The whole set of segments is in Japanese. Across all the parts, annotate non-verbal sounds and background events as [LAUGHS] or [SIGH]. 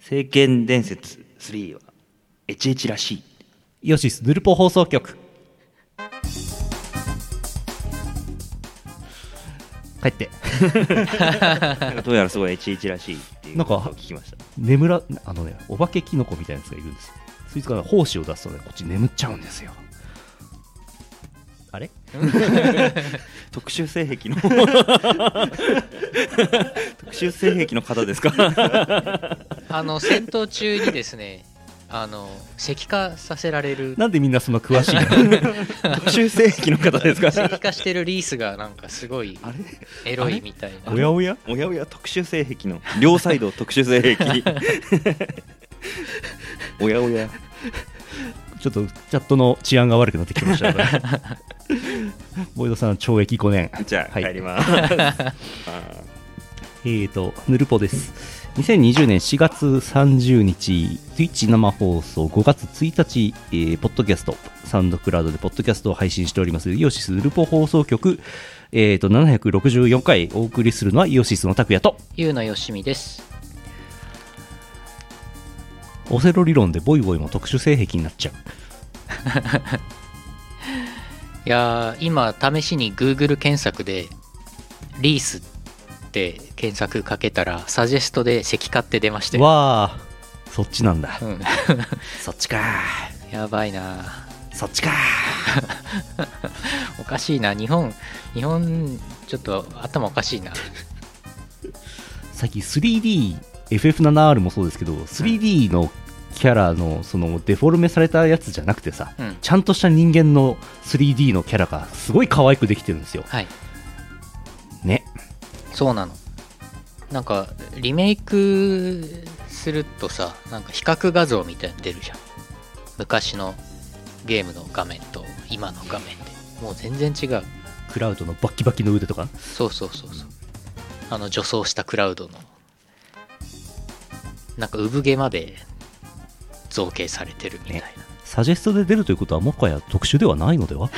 聖剣伝説3は、エチエチらしい。イオシスヌルポ放送局帰ってなんかどうやらすごいエチエチらしいっていうなんこかとを聞きました。眠らあのねお化けキノコみたいなやつがいるんですよそいつから胞子を出すとねこっち眠っちゃうんですよあれ特殊性 [LAUGHS] 癖の特殊性癖の方ですかあの戦闘中にですねあの石化させられるなんでみんなそんな詳しいの特殊性癖の方ですか石化してるリースがなんかすごいあれエロいみたいなおやおやおやおや特殊性癖の両サイド特殊性 [LAUGHS] 癖おやおやちょっとチャットの治安が悪くなってきましたからボイドさん懲役5年じゃあはい帰ります、あえーと、ぬるぽです。2020年4月30日、Twitch 生放送5月1日、えーポッドキャスト、サウンドクラウドでポッドキャストを配信しております、イオシスぬるぽ放送局、えーと、764回お送りするのはイオシスの拓也と、ゆうのよしみですオセロ理論でボイボイも特殊性癖になっちゃう。いやー今試しに Google 検索でリースって検索かけたらサジェストで石化って出ましてわあ、そっちなんだう。んそっちかやばいなそっちかおかしいな日本日本ちょっと頭おかしいな最近 3DFF7R もそうですけど 3D のキャラのそのデフォルメされたやつじゃなくてさ、うんちゃんとした人間の 3D のキャラがすごい可愛くできてるんですよはいねそうなのなんかリメイクするとさなんか比較画像みたいなの出るじゃん昔のゲームの画面と今の画面でもう全然違うクラウドのバッキバキの腕とかそうそうそうそうあの女装したクラウドのなんか産毛まで造形されてるみたいな、ねサジェストで出るということはもはや特殊ではないので [LAUGHS] は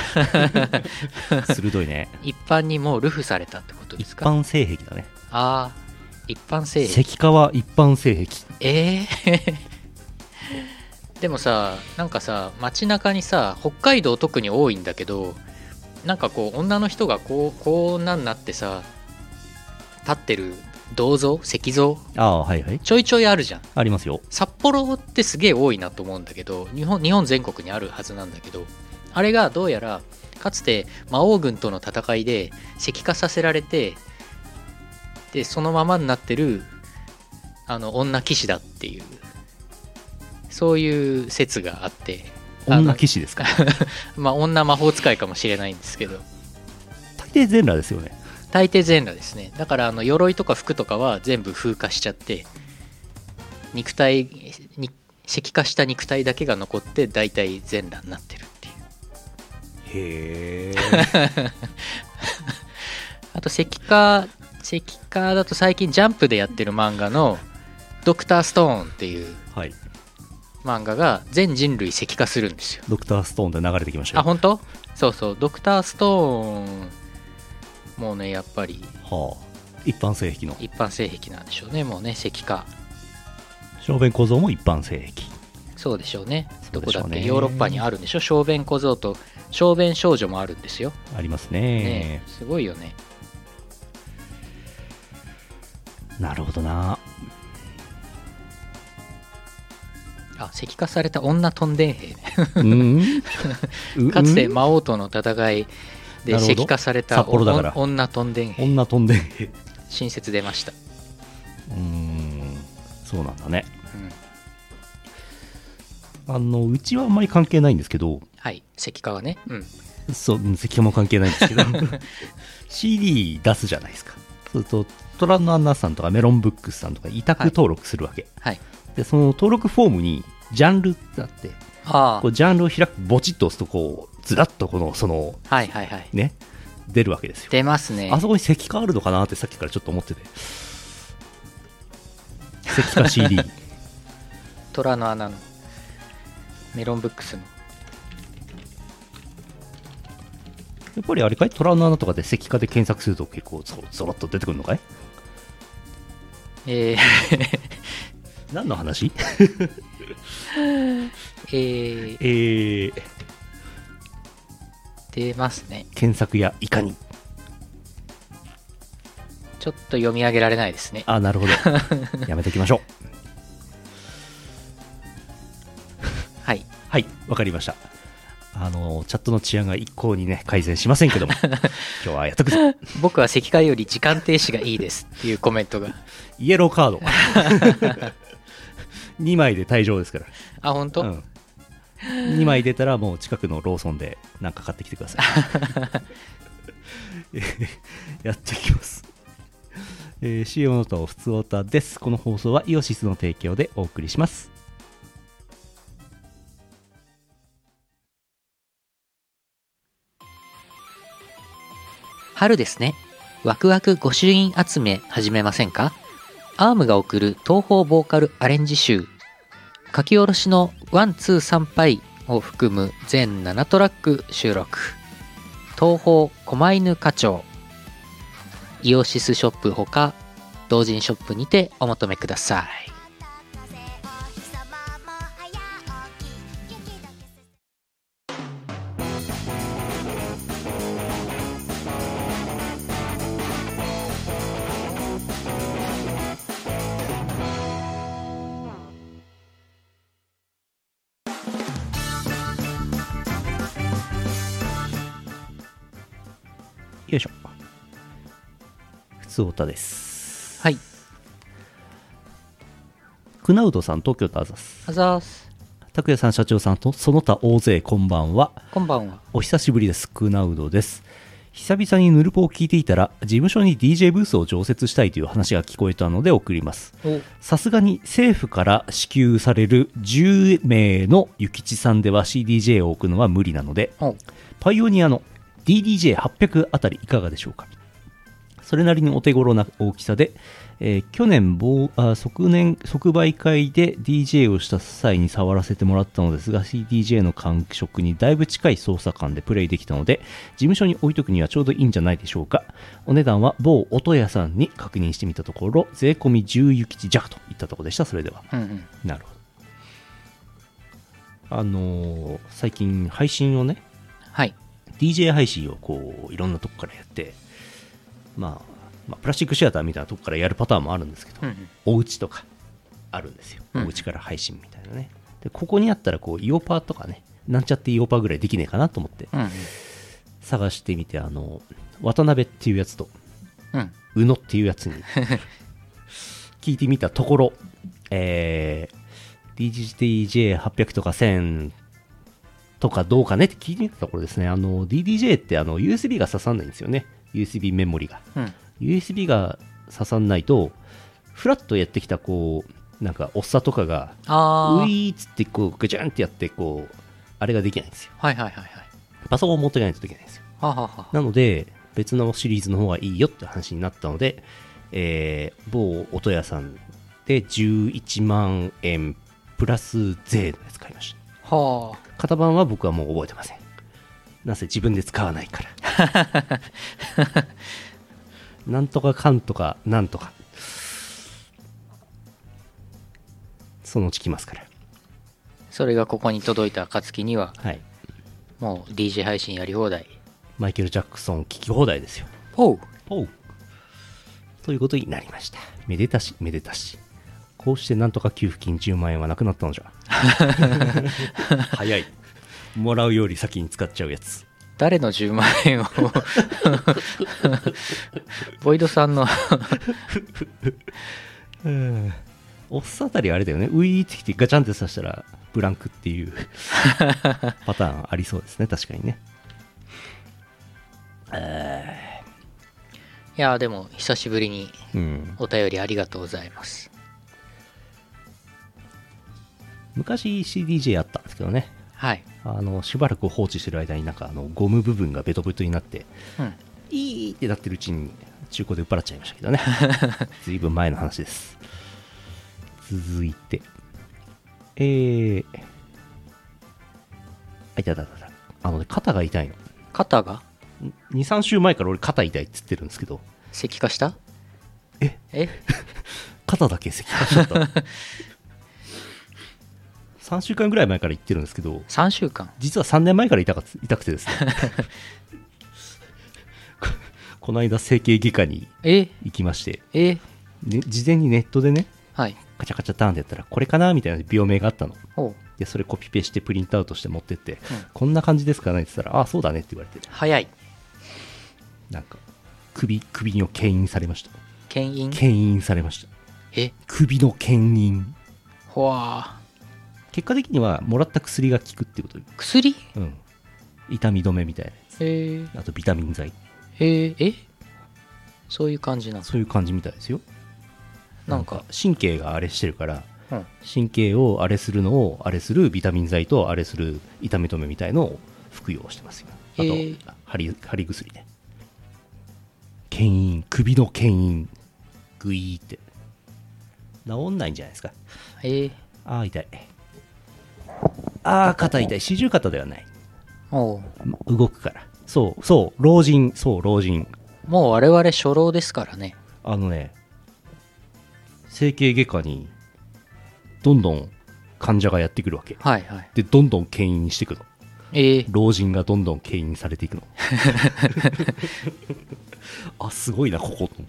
鋭いね一般にもうルフされたってことで一すか般性癖だねああ一般性石化は一般性癖えー [LAUGHS] でもさなんかさ街中にさ北海道特に多いんだけどなんかこう女の人がこうこうなんなってさ立ってる銅像石像ああはいはいちょいちょいあるじゃんありますよ札幌ってすげえ多いなと思うんだけど日本日本全国にあるはずなんだけどあれがどうやらかつて魔王軍との戦いで石化させられてでそのままになってるあの女騎士だっていうそういう説があってあの [LAUGHS] 女騎士ですかまあ女魔法使いかもしれないんですけど大抵全裸ですよね大抵全裸ですねだからあの鎧とか服とかは全部風化しちゃって肉体に石化した肉体だけが残って大体全裸になってるっていうへえあと石化石化だと最近ジャンプでやってる漫画の「ドクターストーンっていう [LAUGHS] はい漫画が全人類石化するんですよドクターストーンで流れてきましたあよ本当そうそうドクターストーンもうねやっぱりはあ一般性癖の一般性癖なんでしょうねもうね石化小便構造も一般性癖そうでしょうね。そどうでこしょだうねってヨーロッパにあるんでしょ小便小僧と小便少女もあるんですよ。ありますねねえすごいよね。なるほどなあ、石化された女トンデン兵ね。うん [LAUGHS] かつてうん魔王との戦いでなるほど石化された札幌だからお女トンデン兵。女飛んで新説出ました。うんそうなんだねうんあのうちはあんまり関係ないんですけどはい、石化はね。うん。そううん石化も関係ないんですけ [LAUGHS] ど CD 出すじゃないですかそうするとトラのアンナさんとかメロンブックスさんとか委託登録するわけ、はい。でその登録フォームにジャンルってあってあこうジャンルを開くボチッと押すとこうずらっとこのそのあ、はいはいはい。ね出るわけですよ出ますねあ。そこに石化あるのかなってさっきからちょっと思ってて。石化 CD。虎の穴のメロンブックスの。やっぱりあれかい虎の穴とかで石化で検索すると結構ゾロゾロっと出てくるのかいえー [LAUGHS] 何の話えー、 [LAUGHS] えー、出ますね。検索やいかに。ちょっと読み上げられないですね。あ、なるほど。 [LAUGHS] やめておきましょう。はい。はい、わかりました。あの、チャットの治安が一向にね、改善しませんけど [LAUGHS] も、今日はやっとくぞ。僕は石灰より時間停止がいいですっていうコメント [LAUGHS] が。イエローカード。2枚で退場ですから。あ、本当、うん、2枚出たらもう近くのローソンで何か買ってきてくださいやっていきます、えー、CM のとふつおたですこの放送はイオシスの提供でお送りします春ですね。ワクワク御朱印集め始めませんかアームが送る東方ボーカルアレンジ集。書き下ろしの1、2、3杯を含む全7トラック収録。東方狛犬課長。イオシスショップほか、同人ショップにてお求めください。よいしょふつおたですはい。クナウドさん東京ターザスあざーす。拓也さん社長さんとその他大勢こんばんはこんばんは。お久しぶりです。クナウドです。久々にヌルポを聞いていたら、事務所に DJ ブースを常設したいという話が聞こえたので送ります。おさすがに政府から支給される10名の諭吉さんでは CDJ を置くのは無理なので、おパイオニアの DDJ800 あたりいかがでしょうかそれなりにお手頃な大きさで、えー去年某あ即年即売会で DJ をした際に触らせてもらったのですが CDJ の感触にだいぶ近い操作感でプレイできたので事務所に置いとくにはちょうどいいんじゃないでしょうかお値段は某音屋さんに確認してみたところ税込み10諭吉弱といったところでしたそれではうんうん。なるほどあのー最近配信をねはい。 DJ 配信をこういろんなとこからやって、まあ、まあプラスチックシアターみたいなとこからやるパターンもあるんですけど、うんうん。お家とかあるんですよ、うんお家から配信みたいなねでここにあったらこうイオパーとかねなんちゃってイオパーぐらいできねえかなと思ってうん探してみてあの渡辺っていうやつとうん。うん。宇野っていうやつ [LAUGHS] に聞いてみたところ、えー、DDJ800 とか1000とかどうかねって聞いてみたところですね、あの DDJ ってあの USB が刺さんないんですよね、USB メモリが。うん。 USB が刺さんないと、フラッとやってきたこう、なんかおっさとかが、あうー。いーっつってこう、ぐちゃんってやって、こう、あれができないんですよ。はいはいはいはい。パソコンを持っていかないとできないんですよ。はあはあはあ。なので、別のシリーズの方がいいよって話になったので、えー某音屋さんで11万円プラス税のやつ買いましはた。型番は僕はもう覚えてません。なぜ自分で使わないから。なんとかかんとかなんとか。そのうち来ますから。あ。それがここに届いた暁には、はい。もう DJ 配信やり放題。マイケル・ジャクソン聞き放題ですよ。おう。おうということになりました。めでたし、めでたし。こうしてなんとか給付金10万円はなくなったのじ [LAUGHS] ゃ。早い。もらうより先に使っちゃうやつ。誰の10万円を [LAUGHS] ボイドさんの [LAUGHS] おっさんあたりあれだよね。ウィーってきてガチャンって刺したらブランクっていう [LAUGHS] パターンありそうですね。確かにね。いやーでも久しぶりにうん。お便りありがとうございます昔 CDJ あったんですけどね。はいあの、しばらく放置してる間になんかあのゴム部分がベトベトになって、うんいいってなってるうちに中古で売っ払っちゃいましたけどねずいぶん前の話です続いてえー、あいたいたいたいたあのね肩が痛いの肩が23週前から俺肩痛いって言ってるんですけど石化したええ肩だけ咳出しちゃった3週間ぐらい前から行ってるんですけど3週間実は3年前から痛か痛くてですねここの間整形外科にえ行きましてえで事前にネットでねはいカチャカチャターンってやったらこれかなみたいな病名があったのおうでそれコピペしてプリントアウトして持ってって、こんな感じですかねって言ったらああそうだねって言われて早いなんか首首を牽引されました牽引牽引されましたえ首の牽引ほわ結果的にはもらった薬が効くってことー薬うん痛み止めみたいなやえー、つあとビタミン剤えー、えそういう感じなんですそういう感じみたいですよなんか神経があれしてるからうん神経をあれするのをあれするビタミン剤とあれする痛み止めみたいのを服用してますよあと、へー貼り貼り薬ね牽引首の牽引グイーって治んないんじゃないですかえー、ああ痛いああ肩痛い四十肩ではないおう動くからそうそう老人そう老人もう我々初老ですからねあのね整形外科にどんどん患者がやってくるわけはいはいでどんどん牽引していくのええ老人がどんどん牽引されていく [LAUGHS] のあすごいなここと思って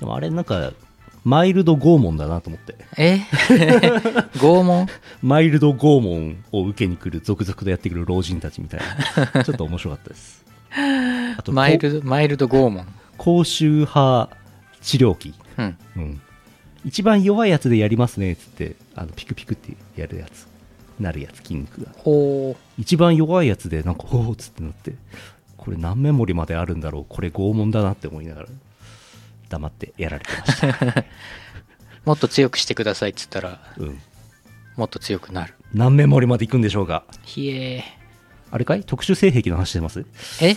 でもあれなんかマイルド拷問だなと思ってえ [LAUGHS] 拷問マイルド拷問を受けに来る続々とやってくる老人たちみたい [LAUGHS] なちょっと面白かったですあとマイルドマイルド拷問高周波治療器うんうん、一番弱いやつでやりますねっつってあのピクピクってやるやつなるやつ筋肉がほ一番弱いやつでなんかほうっつってなってこれ何メモリまであるんだろうこれ拷問だなって思いながら黙ってやられてました、うもっと強くしてくださいっつったらうん、もっと強くなる何メモリまでいくんでしょうかひえあれかい特殊性癖の話してますえ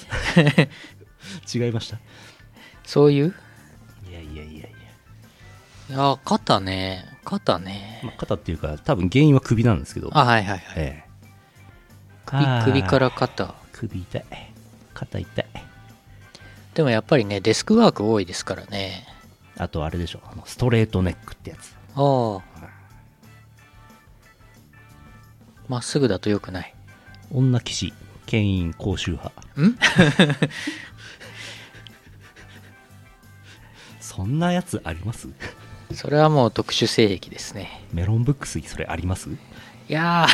[LAUGHS] 違いましたそういういやいやいやいや、あ肩ね肩ねまあ、肩っていうか多分原因は首なんですけどあはいはいはいええあー首首から肩首痛い肩痛いでもやっぱりねデスクワーク多いですからねあとあれでしょあのストレートネックってやつああまっすぐだとよくない女騎士牽引高周波ん [LAUGHS] そんなやつありますそれはもう特殊性癖ですねメロンブックスにそれありますいや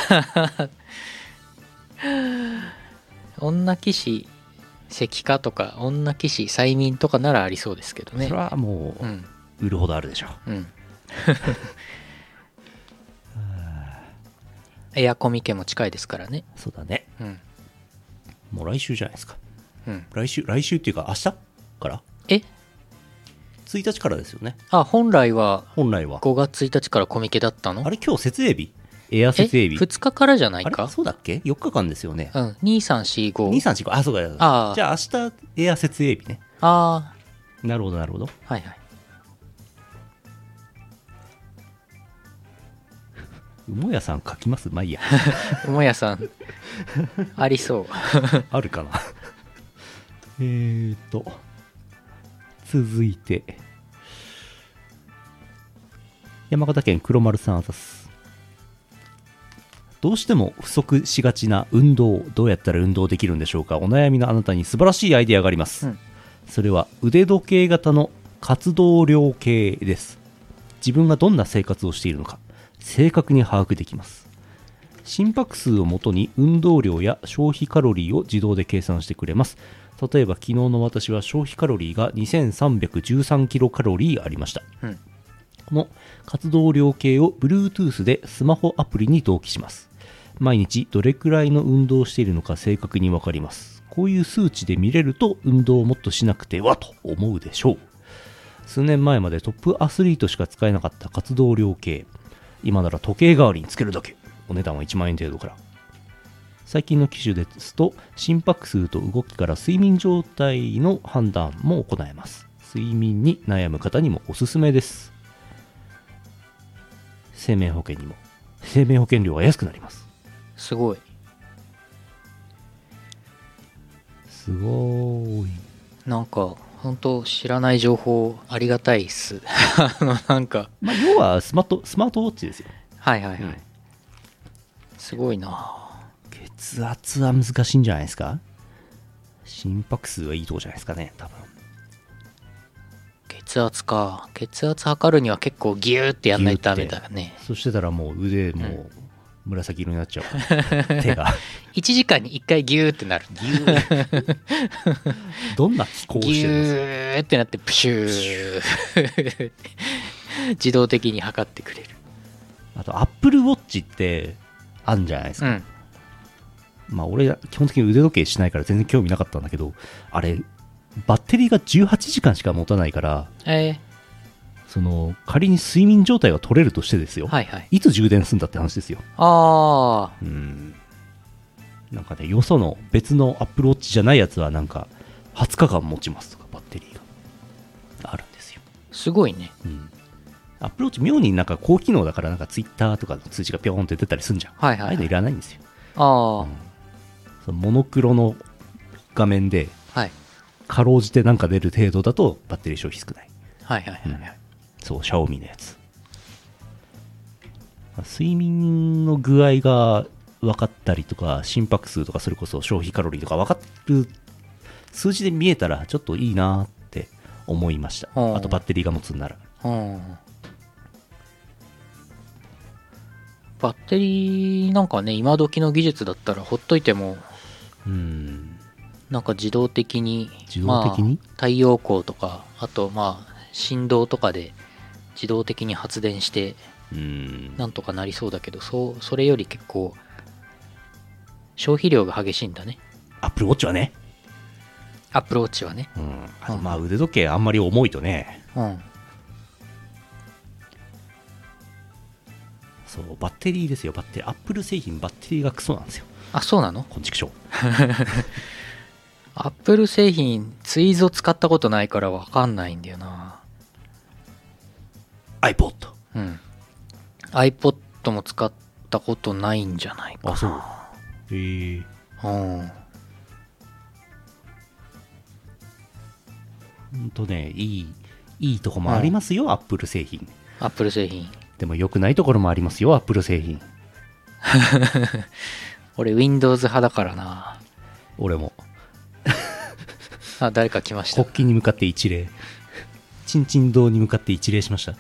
ー [LAUGHS] 女騎士石化とか女騎士催眠とかならありそうですけどねそれはもうんう売るほどあるでしょうんエアコミケも近いですからねそうだねうんもう来週じゃないですかうん来週来週っていうか明日からえ1日からですよねあ本来は本来は5月1日からコミケだったのあれ今日設営日エアえ設営日2日からじゃないあれかそうだっけ4日間ですよねうん2345 2345あそうかそうあかあじゃあ明日エア設営日ねあなるほどなるほどあはいはいう [LAUGHS] もやさん書きますまあいいやもやさんありそう [LAUGHS] あるかなえーと続いて山形県黒丸さんあざすどうしても不足しがちな運動どうやったら運動できるんでしょうかお悩みのあなたに素晴らしいアイデアがあります、うんそれは腕時計型の活動量計です自分がどんな生活をしているのか正確に把握できます心拍数をもとに運動量や消費カロリーを自動で計算してくれます例えば昨日の私は消費カロリーが2313キロカロリーありましたうんこの活動量計を Bluetooth でスマホアプリに同期します毎日どれくらいの運動をしているのか正確にわかりますこういう数値で見れると運動をもっとしなくてはと思うでしょう数年前までトップアスリートしか使えなかった活動量計今なら時計代わりにつけるだけお値段は1万円程度から最近の機種ですと心拍数と動きから睡眠状態の判断も行えます睡眠に悩む方にもおすすめです生命保険にも生命保険料が安くなりますすごいすごーいなんか本当知らない情報ありがたいっす [LAUGHS] あのなんかまあ要はスマートスマートウォッチですよはいはいはい、うんすごいな血圧は難しいんじゃないですか心拍数はいいとこじゃないですかね多分血圧か血圧測るには結構ギューってやんないとダメだねそしてたらもう腕もう紫色になっちゃう、手が1時間に1回ギューってなるんだギューどんな気候をしギてるんですかューってなってプシュ [LAUGHS] ー自動的に測ってくれるあとアップルウォッチってあるんじゃないですうか、んまあ俺基本的に腕時計しないから全然興味なかったんだけどあれバッテリーが18時間しか持たないからえその仮に睡眠状態が取れるとしてですよ、ー、はいはいいつ充電するんだって話ですよああうんなんかねよその別のアップルウォッチじゃないやつはなんか20日間持ちますとかバッテリーがあるんですよすごいねうんアップルウォッチ妙になんか高機能だからなんかツイッターとかの通知がピョーンって出たりするんじゃん、はいはいはいああいうのいらないんですよあそのモノクロの画面であ、はい、かろうじてなんか出る程度だとバッテリー消費少ないはいはいはいはいそうシャオミのやつまあ睡眠の具合が分かったりとか心拍数とかそれこそ消費カロリーとか分かる数字で見えたらちょっといいなって思いましたうんあとバッテリーが持つんならうんバッテリーなんかね今時の技術だったらほっといてもうんなんか自動的に自動的にまあ、太陽光とかあとまあ振動とかで自動的に発電してうんなんとかなりそうだけどそうそれより結構消費量が激しいんだねアップルウォッチはね、アップローチはねうん、あとまあ腕時計あんまり重いとねうんそうバッテリーですよバッテリーアップル製品バッテリーがクソなんですよあそうなのこんちくしょうアップル製品ツイーズを使ったことないからわかんないんだよな iPod うん iPod も使ったことないんじゃないかあそうへえうんほんとねいいいいとこもありますよ、アップル製品アップル製品でも良くないところもありますよアップル製品俺 Windows 派だからな俺もあ誰か来ました国旗に向かって一礼チンチン堂に向かって一礼しました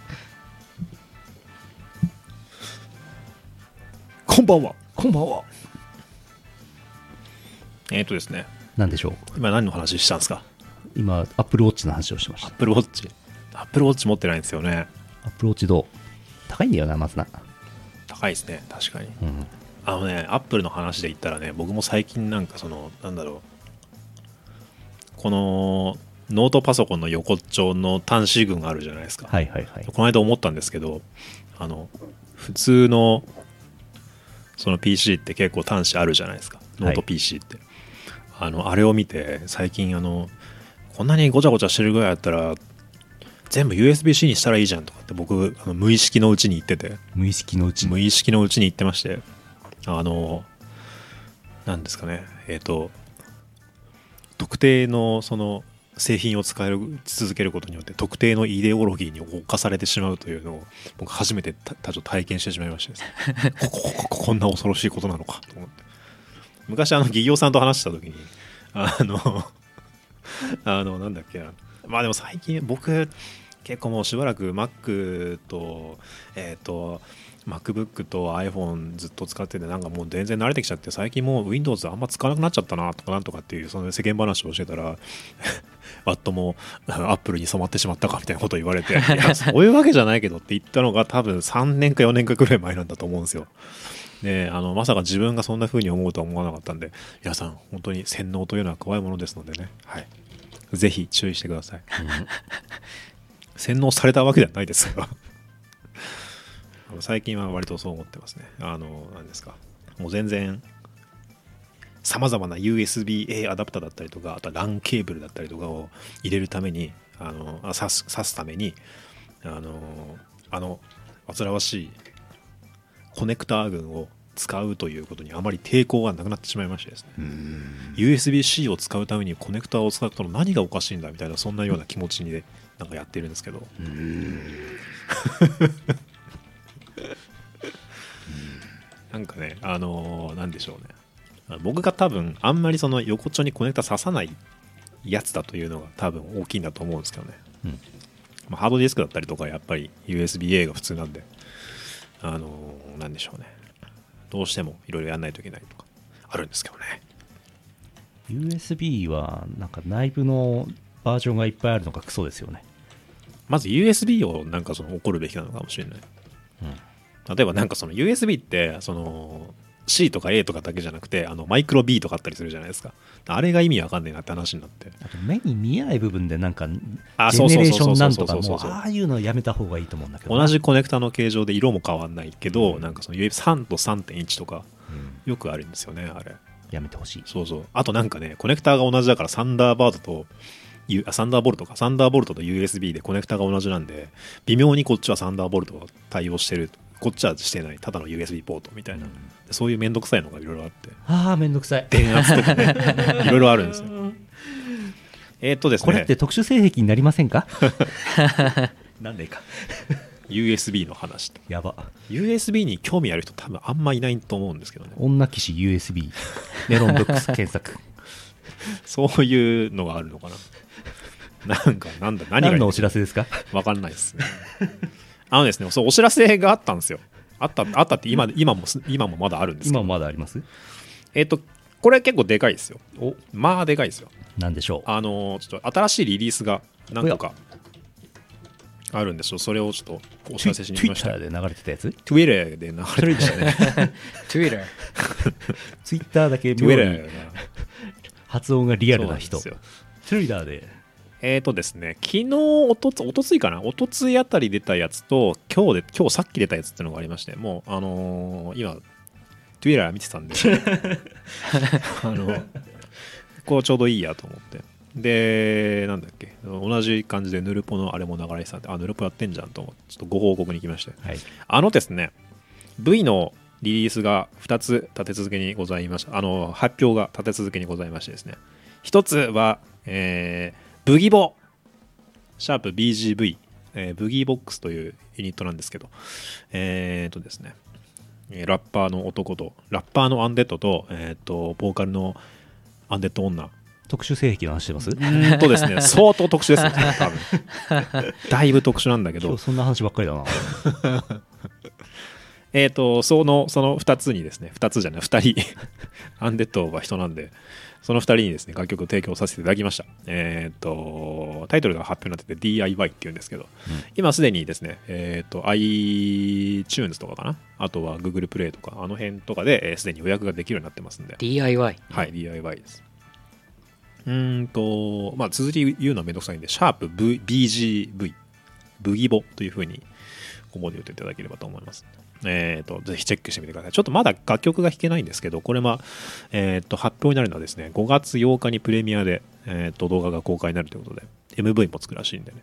こんばんは。こんばんはえっ、ー、とですね、何でしょう今何の話したんですか今アップルウォッチの話をしてましアたップルウォッチ。アップルウォッチ持ってないんですよね。アップルウォッチどう高いんだよなまずな高いですね、確かに。うんあのね、アップルの話で言ったらね、僕も最近なんかその、なんだろう、このノートパソコンの横っちょの端子群があるじゃないですか。はいはいはいこの間思ったんですけど、あの、普通の、その PC って結構端子あるじゃないですか。ノートはい PC って。あの、あれを見て、最近あの、こんなにごちゃごちゃしてるぐらいだったら、全部 USB-C にしたらいいじゃんとかって僕、あの無意識のうちに言ってて。無意識のうちに無意識のうちに言ってましてあのなんですかねえっ、と特定のその製品を使える続けることによって特定のイデオロギーに侵されてしまうというのを僕初めてたたちょっと体験してしまいましてです [LAUGHS] ねこここここんな恐ろしいことなのかと思って昔あの企業さんと話した時にあの [LAUGHS] あのなんだっけなまあでも最近僕結構もうしばらく Mac とえっ、と MacBook と iPhone ずっと使っててなんかもう全然慣れてきちゃって最近もう Windows あんま使わなくなっちゃったなとかなんとかっていうその世間話をしてたら [LAUGHS] ワットも [LAUGHS] あ Apple に染まってしまったかみたいなことを言われていやそういうわけじゃないけどって言ったのが多分3年か4年かくらい前なんだと思うんですよ。であのまさか自分がそんな風に思うとは思わなかったんで皆さん本当に洗脳というのは怖いものですのでね、はい、ぜひ注意してください。洗脳されたわけではないですが最近は割とそう思ってますねあの何ですかもう全然さまざまな USB-A アダプターだったりとかあとは LAN ケーブルだったりとかを入れるためにあのあ挿す挿すためにあのあの煩わしいコネクター群を使うということにあまり抵抗がなくなってしまいましてですね USB-C を使うためにコネクターを使ったの何がおかしいんだみたいなそんなような気持ちにねなんかやってるんですけどなんかね、あのーなんでしょうね。あ僕が多分、あんまりその横丁にコネクタ刺さないやつだというのが多分大きいんだと思うんですけどね。うんまあ、ハードディスクだったりとか、やっぱり USB-A が普通なんで、あのーなんでしょうね。どうしてもいろいろやんないといけないとか、あるんですけどね。 USB はなんか内部のバージョンがいっぱいあるのがクソですよね。まず USB をなんかその怒るべきなのかもしれない。例えばなんかその USB ってその C とか A とかだけじゃなくてあのマイクロ B とかあったりするじゃないですかあれが意味わかんねえなって話になってあと目に見えない部分でなんかジあェネレーションなんとかそうそもううそうそうそうそうああいうのやめた方がいいと思うんだけどな同じコネクタの形状で色も変わんないけど、なんかその USB3 と3.1とかうんよくあるんですよねあれやめてほしい。そうそうあとなんかねコネクタが同じだからサンダーバードと U- あサンダーボルトかサンダーボルトと USB でコネクタが同じなんで微妙にこっちはサンダーボルトを対応してるこっちはしてないただの USB ポートみたいな、そういうめんどくさいのがいろいろあってああ、めんどくさい。電圧とかねいろいろあるんですよえーっとで [LAUGHS] すこれっねて特殊性癖になりません [LAUGHS] かなんでか。 USB の話とやば。 USB に興味ある人多分あんまいないと思うんですけどね女騎士 USB。メロンブックス検 [LAUGHS] 索。そういうのがあるのかななんかなんだ何がい何いののお知らせですかわかんないですねあのですねそうお知らせがあったんですよあったあったって今今もす今もまだあるんですけ今どもまだありますえーっとこれ結構でかいですよおまあでかいですよなんでしょうあのーちょっと新しいリリースが何個かあるんですよそれをちょっとお知らせしに来ました Twitter で流れてたやつ Twitter で流れてましたね。 Twitter。 Twitter だけ妙 Twitter にだよな発音がリアルな人。 [LAUGHS] そうなんですよ Twitter で。えっ、とですね、昨日、おとつ、おとついかな、おとついあたり出たやつと、今日で、今日さっき出たやつっていうのがありまして、もう、あのー今、Twitter 見てたんで、あの、こうちょうどいいやと思って。で、なんだっけ、同じ感じでヌルポのあれも流れてたんで、あ、ヌルポやってんじゃんと思って、ちょっとご報告に来まして。はい。あのですね、V のリリースが2つ立て続けにございました。あの、発表が立て続けにございましてですね。1つは、えー、ブギボ、シャープ BGV、えーブギーボックスというユニットなんですけど、えーとですね、えーラッパーの男と、ラッパーのアンデッドと、えーと、ボーカルのアンデッド女。特殊性癖の話してますうーんとですね、相当特殊ですね、多分。 [LAUGHS] だいぶ特殊なんだけど今日、そんな話ばっかりだな。えっ、と、その、その2つにですね、2つじゃない、2人、 [LAUGHS] アンデッドは人なんで、その2人にですね、楽曲を提供させていただきました。えっ、と、タイトルが発表になってて DIY っていうんですけど、今すでにですね、えっ、と、iTunes とかかな、あとは Google プレイとか、あの辺とかで、えーすでに予約ができるようになってますんで、 DIY。はい、DIY です。うーんと、まあ、続き言うのはめんどくさいんで、シャープ BGV、ブギボというふうに、ここで言っていただければと思います。えっ、と、ぜひチェックしてみてください。ちょっとまだ楽曲が弾けないんですけど、これは、えっ、と、発表になるのはですね、5月8日にプレミアで、えっ、と、動画が公開になるということで、MV も作るらしいんでね、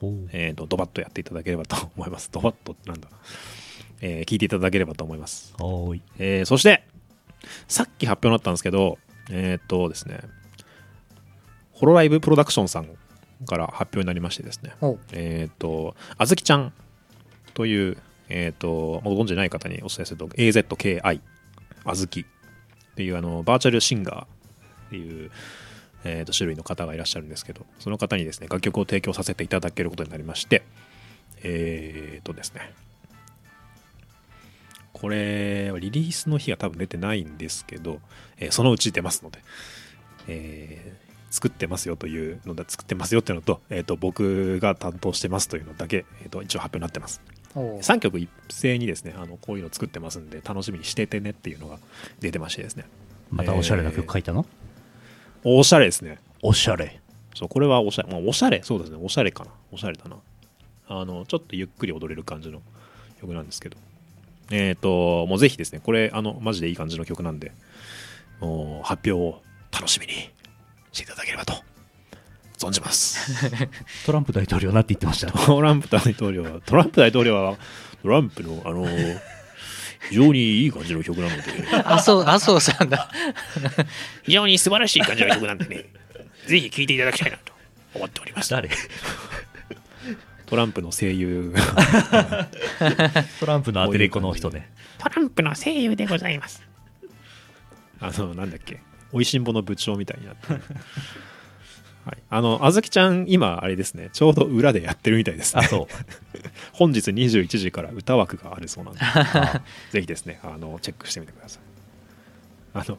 おうえっ、と、ドバッとやっていただければと思います。ドバッとってなんだえー聞いていただければと思います。はーい。えーそして、さっき発表になったんですけど、えーっとですね、ホロライブプロダクションさんから発表になりましてですね、おえーっと、あずきちゃんという、えーっと、もうご存じない方にお伝えすると、AZKI、あずきっていうあのバーチャルシンガーっていう、えーっと種類の方がいらっしゃるんですけど、その方にですね、楽曲を提供させていただけることになりまして、えーっとですね、これはリリースの日が多分出てないんですけど、えーそのうち出ますので、えー作ってますよというので、作ってますよっていうのと、えっ、と、僕が担当してますというのだけ、えっ、と、一応発表になってます。おう3曲一斉にですね、あの、こういうの作ってますんで、楽しみにしててねっていうのが出てましてですね。またおしゃれな曲書いたの、おしゃれですね。おしゃれ。そう、これはおしゃれ。まあ、おしゃれ、そうですね。おしゃれかな。おしゃれだな。あの、ちょっとゆっくり踊れる感じの曲なんですけど。えっ、と、もうぜひですね、これ、あの、マジでいい感じの曲なんで、もう発表を楽しみにしていただければと、存じます。トランプ大統領なんて言ってました。トランプ大統領は、トランプ大統領は、トランプの、あの、非常にいい感じの曲なので、麻生、麻生さんだ。 [LAUGHS] 非常に素晴らしい感じの [LAUGHS] 曲なんでね、ぜひ聴いていただきたいなと思っております。誰トランプの声優がトランプのアテレコの人ね。トランプの声優でございますあのなんだっけおいしんぼの部長みたいになってる [LAUGHS] はい、あのあずきちゃん今あれですねちょうど裏でやってるみたいですねあ、そう。本日21時から歌枠があるそうなん [LAUGHS] であぜひですねあのチェックしてみてくださいあの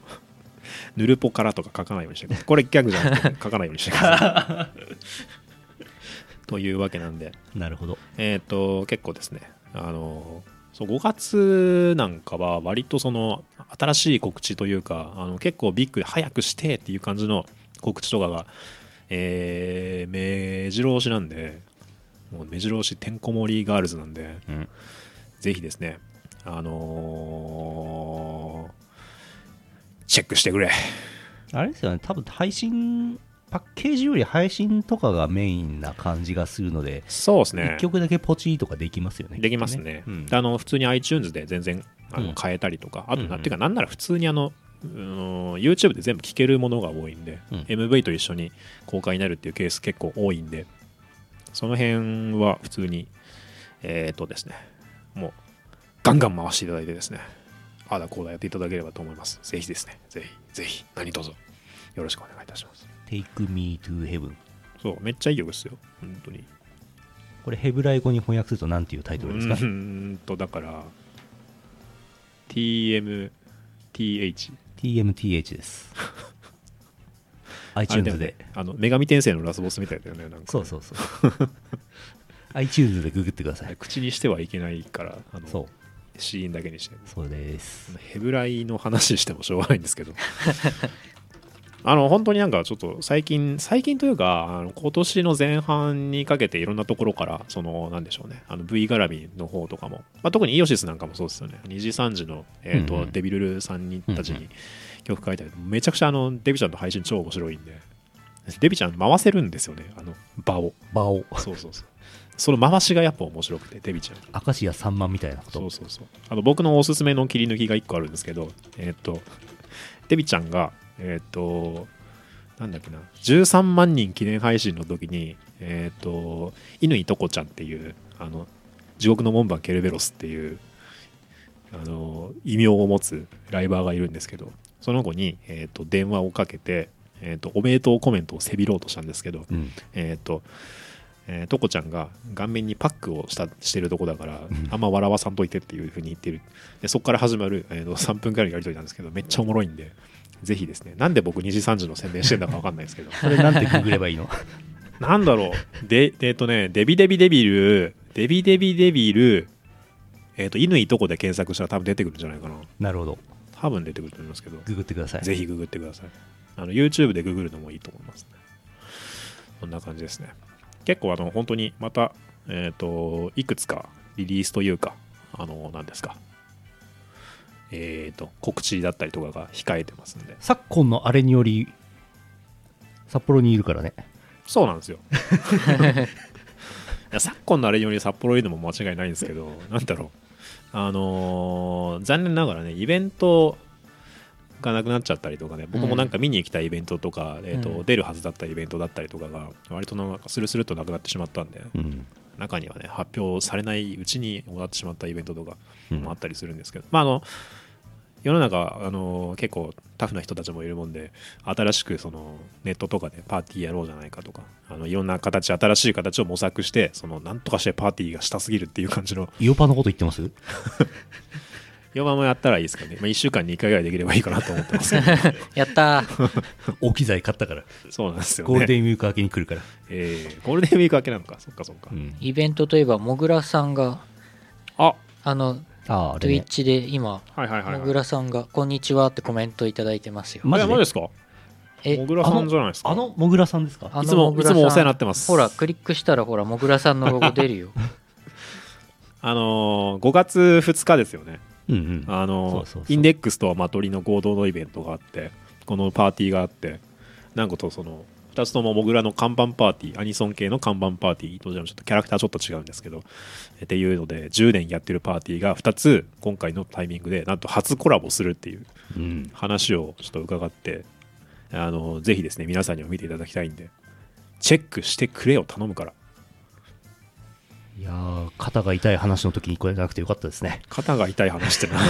ぬるぽからとか書かないようにしてくださいこれギャグじゃなくて書かないようにしてくださ [LAUGHS] いというわけなんでなるほど。えっ、と結構ですねあのそう5月なんかは割とその新しい告知というかあの結構ビッグで早くしてっていう感じの告知とかが、えー目白押しなんでもう目白押してんこ盛りガールズなんでうん。ぜひですねあのーチェックしてくれあれですよね、多分配信、パッケージより配信とかがメインな感じがするので、そうです一ね曲だけポチーとかできますよね。できますね、うんであの普通に iTunes で全然あうんの変えたりとか、あとうんなうんっていうかなんなら普通にあの、うーん YouTube で全部聴けるものが多いんで、うん MV と一緒に公開になるっていうケース結構多いんでその辺は普通にえっ、とですねもうガンガン回していただいてですねああだこうだやっていただければと思いますぜひですねぜひぜひ何卒よろしくお願いいたします Take me to heaven。そうめっちゃいい曲ですよ本当にこれヘブライ語に翻訳するとなんていうタイトルですかうー [LAUGHS] んとだから TMTH ?TMTH [LAUGHS] です。あれだ iTunes よでね。あの女神転生のラスボスみたいだよねなんかそうそう [LAUGHS] そう。iTunes でググってください。口にしてはいけないからあのそう、シーンだけにしてそうです。ヘブライの話してもしょうがないんですけど [LAUGHS] あの本当になんかちょっと最近最近というかあの今年の前半にかけていろんなところからそのなんでしょうねあの V 絡みの方とかも、まあ、特にイオシスなんかもそうですよね2時3時の、えーとうんうんデビルルさんにたちうんうに曲書いたり、めちゃくちゃあのデビちゃんの配信超面白いんでデビちゃん回せるんですよねあの場を場を。そうそうそうその回しがやっぱ面白くてデビちゃん明石家さんまみたいなこと。そうそうそうあの僕のおすすめの切り抜きが1個あるんですけどえーっとデビちゃんがえーっとなんだっけな13万人記念配信の時にえーっと乾とこちゃんっていうあの地獄の門番ケルベロスっていうあの異名を持つライバーがいるんですけどその子に、えーっと電話をかけて、えーっとおめでとうコメントをせびろうとしたんですけどうん。えーっと、えートコちゃんが顔面にパックをしたしてるとこだからん、あんま笑わさんといてっていうふうに言ってる。で、そこから始まる、えーと3分くらいのやりとりなんですけど、めっちゃおもろいんで、ぜひですね、なんで僕2時3時の宣伝してんだかわかんないですけど、 [LAUGHS] これなんてググればいいの [LAUGHS] なんだろう、で、えーっとね、デビデビデビル、デビデビデビル、えーっと、犬いとこで検索したら多分出てくるんじゃないかな。なるほど。多分出てくると思いますけど、ググってください。ぜひググってください。あの YouTube でググるのもいいと思いますね。こんな感じですね。結構あの本当にまた、えっ、と、いくつかリリースというか、あの、何ですか。えっ、と、告知だったりとかが控えてますんで。昨今のあれにより、札幌にいるからね。そうなんですよ。 [LAUGHS] いや昨今のあれにより札幌いるのも間違いないんですけど、なんだろう。あのー残念ながらね、イベントがなくなっちゃったりとかね、僕もなんか見に行きたいイベントとか、えーとうん出るはずだったイベントだったりとかが、割となんかスルスルっとなくなってしまったんで、うん。中にはね、発表されないうちに終わってしまったイベントとかうんもあったりするんですけど、まああの、世の中、あのー結構タフな人たちもいるもんで、新しくそのネットとかでパーティーやろうじゃないかとか、あのいろんな形、新しい形を模索して、そのなんとかしてパーティーがしたすぎるっていう感じの、イオパのこと言って [LAUGHS] ます4番もやったらいいですかね、まあ、1週間に1回ぐらいできればいいかなと思ってますけど、 [LAUGHS] やったーお機材買ったから。そうなんですよね。ゴールデンウィーク明けに来るから。えーゴールデンウィーク明けなのか、そっかそっか。うん。イベントといえばもぐらさんがああのああ、あれね。 Twitch で今はいはいはい、もはい。ぐらさんが「こんにちは」ってコメントいただいてますよママジジでマジですかえもぐらさんじゃないですか。あの、もぐらさんですかあのいつももぐらさんいつもお世話になってますほらクリックしたらほらもぐらさんのロゴ出るよ [LAUGHS] あのー5月2日ですよね。うんうん。あのそうそうそうインデックスとマトリの合同のイベントがあってこのパーティーがあってなんかとその2つともモグラの看板パーティーアニソン系の看板パーティーどちらもちょっとキャラクターちょっと違うんですけどえっていうので10年やってるパーティーが2つ今回のタイミングでなんと初コラボするっていううん。話をちょっと伺ってあのぜひですね皆さんにも見ていただきたいんでチェックしてくれよ頼むからいやー肩が痛い話の時にこれじゃなくてよかったですね。肩が痛い [LAUGHS] 話ってな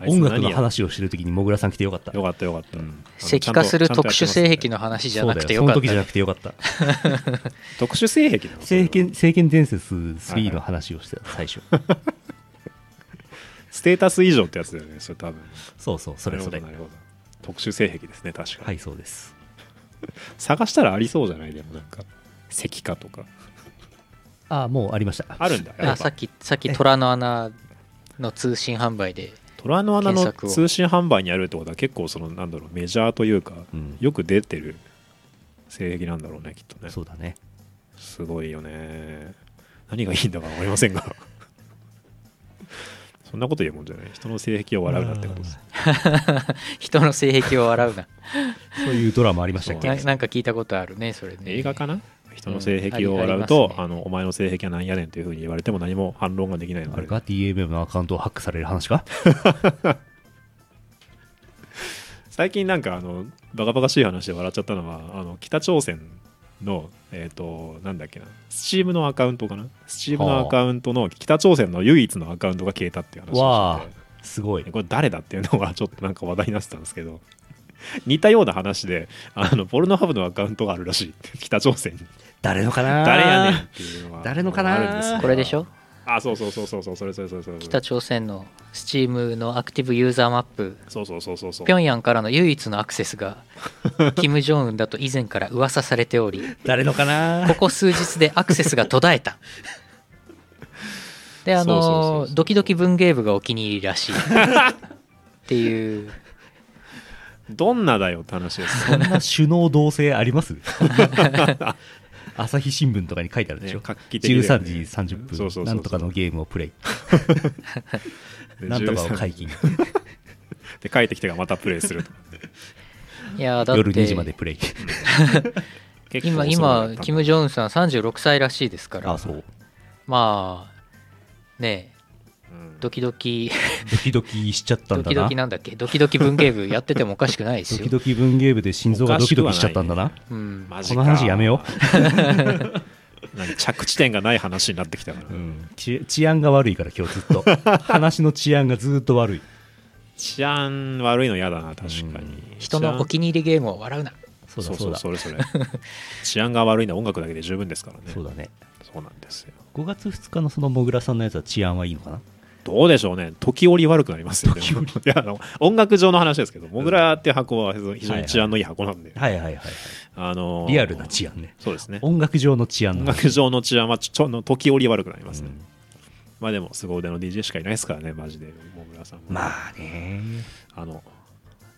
あいつ音楽何のや話をしてる時にもぐらさん来てよかった。よかったよかった、石化する特殊性癖のの話じゃそうなだくよてそのよかった時じゃなくてよかった。特殊性癖なの聖剣聖剣伝説3はいはのい話をしてた、最初。ステータス以上ってやつだよねそれ多分そうそう、それそれな。るほどなるほど特殊性癖ですね確かに、はい、そうです。探したらありそうじゃないでもなんか石化とかああ、もうありました。あるんだやあっさぱっきさっき虎の穴の通信販売 [LAUGHS] で虎の穴の検索を通信販売にあるってことは結構そのなんだろうメジャーというか、うんよく出てる性癖なんだろうねきっとねそうだね。すごいよね何がいいんだか分かりませんがそんなこと言うもんじゃない人の性癖を笑うなってことです人の性癖を笑う [LAUGHS] なそういうドラマありましたっそうけななんか聞いたことあるねそれね映画かな人の性あ癖りを笑うあとり、ますねあのお前の性癖は何やねんというふうに言われても何も反論ができないのあれでが DMM のアカウントをハックされる話か最近なんかあのバカバカしい話で笑っちゃったのはあの北朝鮮のえっ、となんだっけなスチームのアカウントかなスチームのアカウントの北朝鮮の唯一のアカウントが消えたっていう話をわしあてて、すごい。これ誰だっていうのがちょっとなんか話題になってたんですけど [LAUGHS] 似たような話であのポルノハブのアカウントがあるらしいって北朝鮮に誰のかな誰やねんっていうのが誰のかなあるんですよこれでしょあそうそうそうそうそうそれそれそれそれ北朝鮮の Steam のアクティブユーザーマップそうそうそうそうそう平壌からの唯一のアクセス [LAUGHS] が金正恩だと以前から噂されており誰のかこなこ数日でアクセスが途絶えたであそうそうそうのそうドキドキ文芸部がお気に入りら [LAUGHS] しいっていうどんなだよって話ですそんな首脳同性あり [LAUGHS] ます朝日新聞とかに書いてあるでしょ、ね画期的だよね13時30分そうそうそうそうなんとかのゲームをプレイでなんとかを解13禁で帰ってきてからまたプレイするといやだって夜2時までプレイ今結構遅くなった今キム・ジョンウンさん36歳らしいですからあそうまあねえうんドキドキドキドキしちゃったんだド [LAUGHS] キなドキなんだっけドキドキ文芸部やっててもおかしくないですドよキドキ文芸部で心臓がドキドキしちゃったんだなうん、マジかこの話やめよなんか着地点がない話になってきたからう、治治安が悪いから今日ずっと話の治安がずっと悪い治安悪いの嫌だな確かに、人のお気に入りゲームを笑うなそうそだうそそううだそれそれ [LAUGHS] 治安が悪いのは音楽だけで十分ですからねそうだねそうなんですよ5月2日のそのもぐらさんのやつは治安はいいのかなどうでしょうね時折悪くなりますよね時折 [LAUGHS] いやあの音楽上の話ですけどモグラっていう箱は非は常いはにい治安のいい箱なんで、はいはいはいはいあのリアルな治安ねそうですね音楽上の治安音の楽上の治安はちょちょの時折悪くなりますね、うんまあでも凄腕の DJ しかいないですからねマジでモグラさんもまあねあの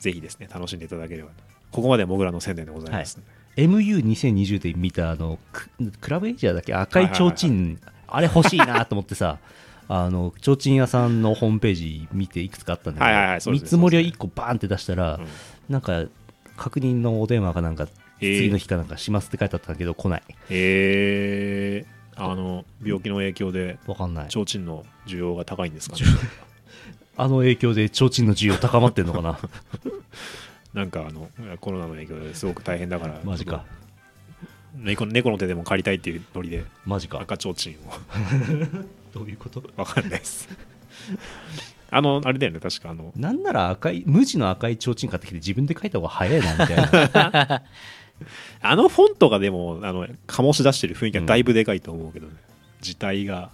ぜひですね楽しんでいただければここまでモグラの宣伝でございます、 MU2020 で見たあのククラブエイジャーだっけ赤い提灯、あれ欲しいなと思ってさ [LAUGHS] あの提灯屋さんのホームページ見ていくつかあったんだけど、はいはいはいそう見ですね積もりを1個バーンって出したら、うんなんか確認のお電話かなんかえー次の日かなんかしますって書いてあったんだけど来ないえー、あの病気の影響でわかんない提灯の需要が高いんですかねあの影響で提灯の需要高まってんのか [LAUGHS] ななんかあのコロナの影響ですごく大変だからマジか猫猫の手でも借りたいっていうノリでマジか赤ちょうちんをどういうことわかんないですあのあれだよね確かあのなんなら赤い無地の赤い提灯買ってきて自分で書いた方が早いなみたいなあのフォントがでもあの醸し出してる雰囲気がだいぶでかいと思うけどね、字体が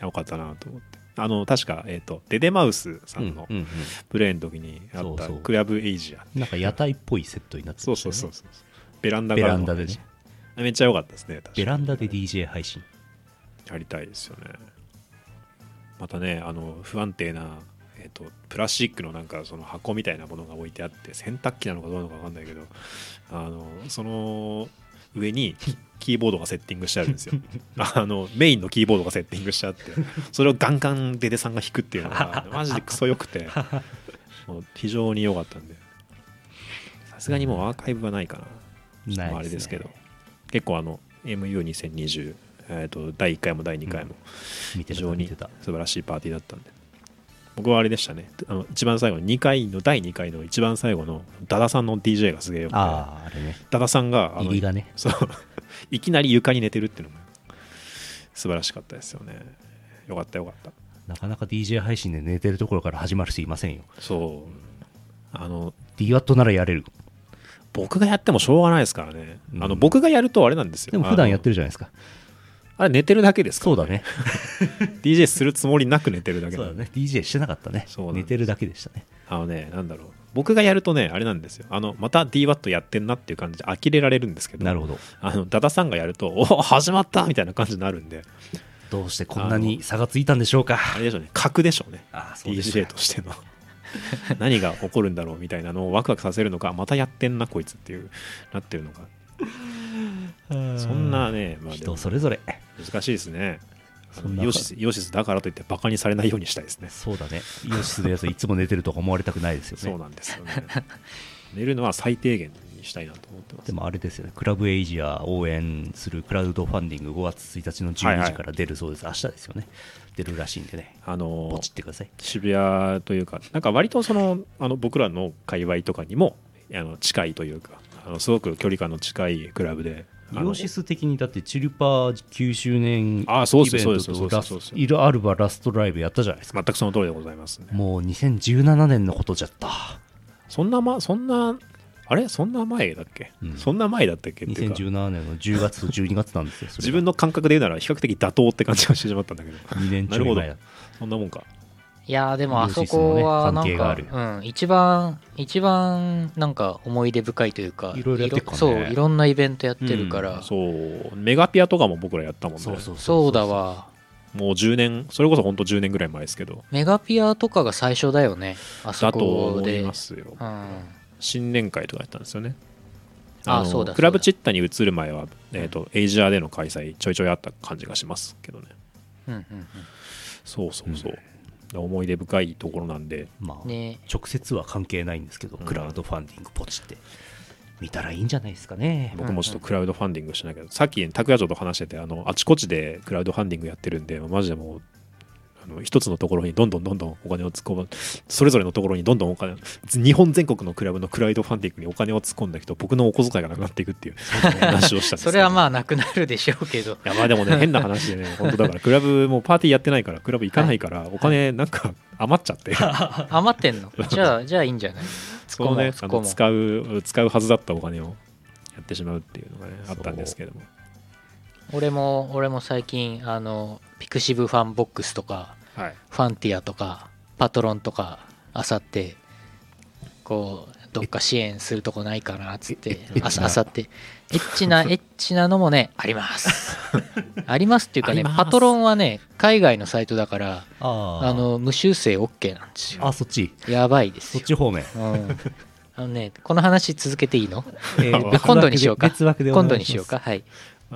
良かったなと思ってあの確か、えっとデデマウスさんの [LAUGHS] うんうんプレーの時にあそっうたそうクラブエイジアうんなんか屋台っぽいセットになってそうましたそうねそうそうベランダベかラらンのダでねめっちゃ良かったですね確かにベランダで DJ 配信やりたいですよねまたねあの不安定な、えっとプラスチックのなんかその箱みたいなものが置いてあって洗濯機なのかどうなのか分かんないけどあのその上にキキーボードがセッティングしてあるん [LAUGHS] ですよあのメインのキーボードがセッティングしてあってそれをガンガンデデさんが弾くっていうのがマジでクソよくてもう非常に良かったんでさすがにもうアーカイブはないかなちょっともうあれですけどない結構あの MU2020、えー、と第1回も第2回も見て非た常見にてた素晴らしいパーティーだったんで、僕はあれでしたねあの一番最後の2回の第2回の一番最後のダダさんの DJ がすげえよくてあああれねダダさんがあの [LAUGHS] 入りがねそういきなり床に寝てるっていうのも素晴らしかったですよねよかったよかったなかなか DJ 配信で寝てるところから始まる人いませんよ。そうあの DWAT ならやれる。僕がやってもしょうがないですからね、うんあの僕がやるとあれなんですよでも普段やってるるじゃないですか。あれ寝てるだけですかそうらだね。 DJ するつもりなく寝てるだけそうなんだね。で DJ してなかったねそう。なんです寝てるだけでしたね。あのねなんだろう僕がやるとねあれなんですよあのまた DWAT やってんなっていう感じで呆れられるんですけどなるほど。あのダダさんがやるとお始まったみたいな感じになるんでどうしてこんなに差がついたんでしょうか。あれでしょうね格でしょうねああ、そうでした DJ としての [LAUGHS] 何が起こるんだろうみたいなのをワクワクさせるのかまたやってんなこいつっていうなってる [LAUGHS] のかそんなね、まあ、で人もそれぞれ。難しいですねそんなヨシスヨシスだからといってバカにされないようにしたいですねそうだね。イオシスのやついつも寝てるとか思われたくないですよね。そうなんですよね寝るのは最低限にしたいなと思ってますでもあれですよね、クラブエイジア応援するクラウドファンディング5月1日の12時から出るそうです、明日ですよね、出るらしいんでね、あのポチってください。渋谷というかなんか割とそのあの僕らの界隈とかにもあの近いというかあのすごく距離感の近いクラブでイあのオシス的にだってチルパー9周年イベンあそうですそうですトとそうラですスそうですイルアルバラストライブやったじゃないですか。全くその通りでございますねもう2017年のことじゃった。そんなまそんなあれそんな前だっけ、うんそんな前だったっけっていうか2017年の10月と12月なんですよ。自分のの感覚で言うなら比較的妥当って感じがしてしまったんだけど [LAUGHS] 2年ちょい前だそんなもんかいやーでもあそこはなんイオシスもね関係があか、るうん、一番一番なんか思い出深いというかいろいろやってっからねそういろんなイベントやってるから、うんそうそうメガピアとかも僕らやったもんねそうそうだわもう10年それこそ本当10年ぐらい前ですけどメガピアとかが最初だよねあそだとこ思でいますようん、新年会とかやったんですよねあのそうだクラブチッタに移る前は、えー、とエイジアでの開催ちょいちょいあった感じがしますけどねうんうんうんそうそうそう、思い出深いところなんでまあ、ね直接は関係ないんですけど、クラウドファンディングポチって見たらいいんじゃないですかね。僕もちょっとクラウドファンディングしなきゃ、さっき拓也嬢と話しててあのあちこちでクラウドファンディングやってるんでマジでもうあの一つのところにどんどんどんどんお金を突っ込むそれぞれのところにどんどんお金日本全国のクラブのクラウドファンディングにお金を突っ込んだ人僕のお小遣いがなくなっていくっていう話をしたんですけそどれはまあなくなるでしょうけどいやまあでもね変な話で [LAUGHS] ね本当だからクラブもうパーティーやってないからクラブ行かないからお金なんか余っちゃって余ってんのじゃあじゃあいいんじゃない [LAUGHS] そのね突あっ込ものう使う使うはずだったお金をやってしまうっていうのがねあそうったんですけども俺も俺も最近あのピクシブファンボックスとかはいファンティアとかパトロンとかあさってこうどっか支援するとこないかなっつってえあエッチなさあさってエッチ [LAUGHS] なエッチなのもねありますありますっていうかあねりますパトロンはね海外のサイトだからあーあの無修正 OK なんですよあ、そっち。やばいですそっよ、ち方面。うん、あのねこの話続けていいのえー今度にしようか別枠で今度にしようか。。はい。 [LAUGHS]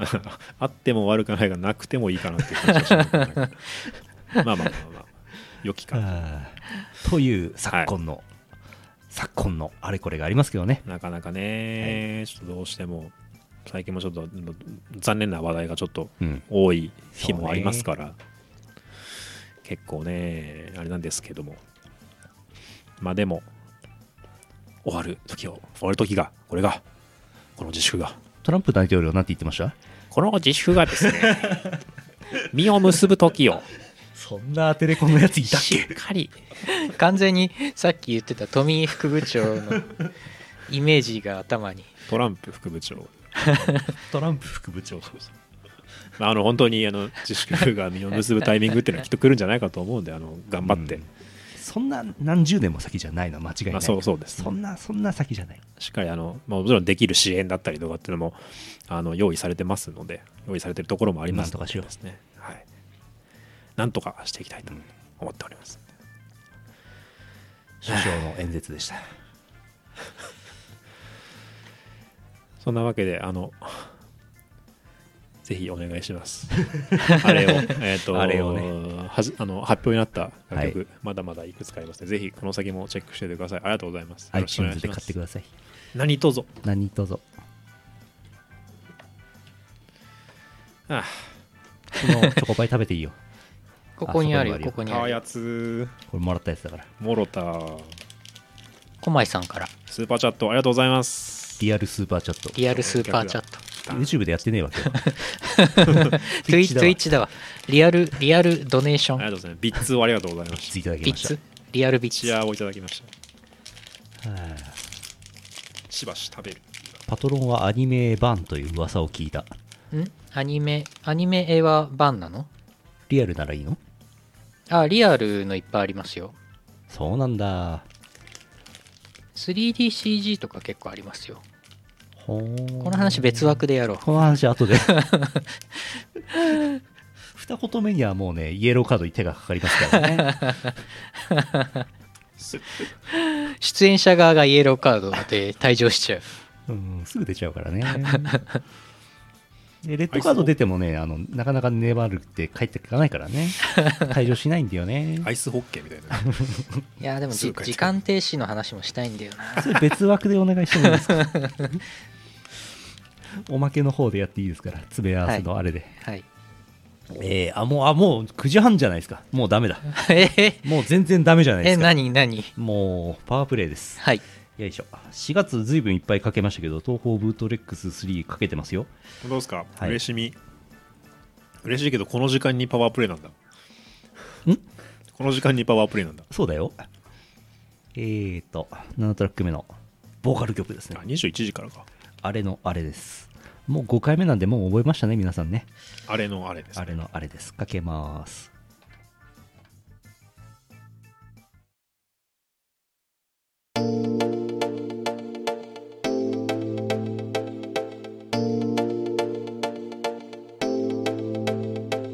あっても悪くないがなくてもいいかなっていう感じがします [LAUGHS] まあまあまあまあ良き別枠でおか願いしますあーという昨今の、昨今のあれこれがありますけどね。なかなかね、ちょっとどうしても最近もちょっと残念な話題がちょっとうん。多い日もありますから、結構ねあれなんですけどもまあでも終わる時を終わる時がこれがこの自粛がトランプ大統領なんて言ってましたこの自粛が [LAUGHS] ですね実を結ぶ時をそんなテレコンのやついたっしけっかり完全にさっき言ってた富井副部長のイメージが頭に。トランプ副部長 [LAUGHS] トランプ副部長。まああの本当にあの自粛が実を結ぶタイミングっていうのはきっと来るんじゃないかと思うんであの頑張って、うん [LAUGHS] そんな何十年も先じゃないのは間違いまなあ、い。そうそうですそんな、そんな先じゃない。しっかりあの、まあ、もちろんできる支援だったりとかっていうのもあの用意されてますので用意されてるところもありますなんとかしようですねはいなんとかしていきたいと思っております、首相の演説でした。そんなわけであの [LAUGHS] ぜひお願いしますあれをえっ、とあれをはじあの発表になった楽曲、はまだまだいくつかありますのでぜひこの先もチェックしておいてくださいありがとうございますよろしくお願い iTunes しでま買ってすください。何とぞ何とぞ。あこのチョコパイ食べていいよ。 [LAUGHS] ここにあるよ、あそこここにああるやよ。つこれもらったやつだから。もろた小前さんから、スーパーチャットありがとうございますリアルスーパーチャット。リアルスーパーチャット。た YouTube でやってねえわけよ。ツイ Twitch だわッチだわ。リアル、リアルドネーシありがョン。とうございます。ビッツをありがとうございました。いただきビまッしツリアルビッチツ。アをいただきました。た。はいしばし食べる。パトロンはアニメ版という噂を聞いた。んアニメ、アニメ絵は版なのリアルならいいのあ、リアルのいっぱいありますよ。そうなんだ。 3DCG とか結構ありますよ。ほーこの話別枠でやろう。この話後 [LAUGHS] で。二言目にはもうね、イエローカードに手がかかりますからね。 [LAUGHS] 出演者側がイエローカードで退場しちゃう。うん、すぐ出ちゃうからね。 [LAUGHS] でレッドカード出てもね、あのなかなか粘るって帰ってかないからね。退場しないんだよね。アイスホッケーみたいな。いや、でもすじぐ帰っちゃう時間停止の話もしたいんだよな。それ別枠でお願いしてもいいですか [LAUGHS] おまけの方でやっていいですから、詰め合わせのあれで。はい。えーあ、もう、あ、もう9時半じゃないですか。もうダメだ。 [LAUGHS] え、もう全然ダメじゃないでえ、すか。何、何もう、パワープレイです。 [LAUGHS] はい。よいしょ。4月ずいぶんいっぱいかけましたけど、東方ブートレックス3かけてますよ。どうですか、はい嬉しみ。嬉しいけど、この時間にパワープレイなんだ。この時間にパワープレイなんだ。そうだよ。えーと、7トラック目のボーカル曲ですねあ、。21時からか。あれのあれです。もう5回目なんで、もう覚えましたね、皆さんね。あれのあれです、あれのあれです。かけます。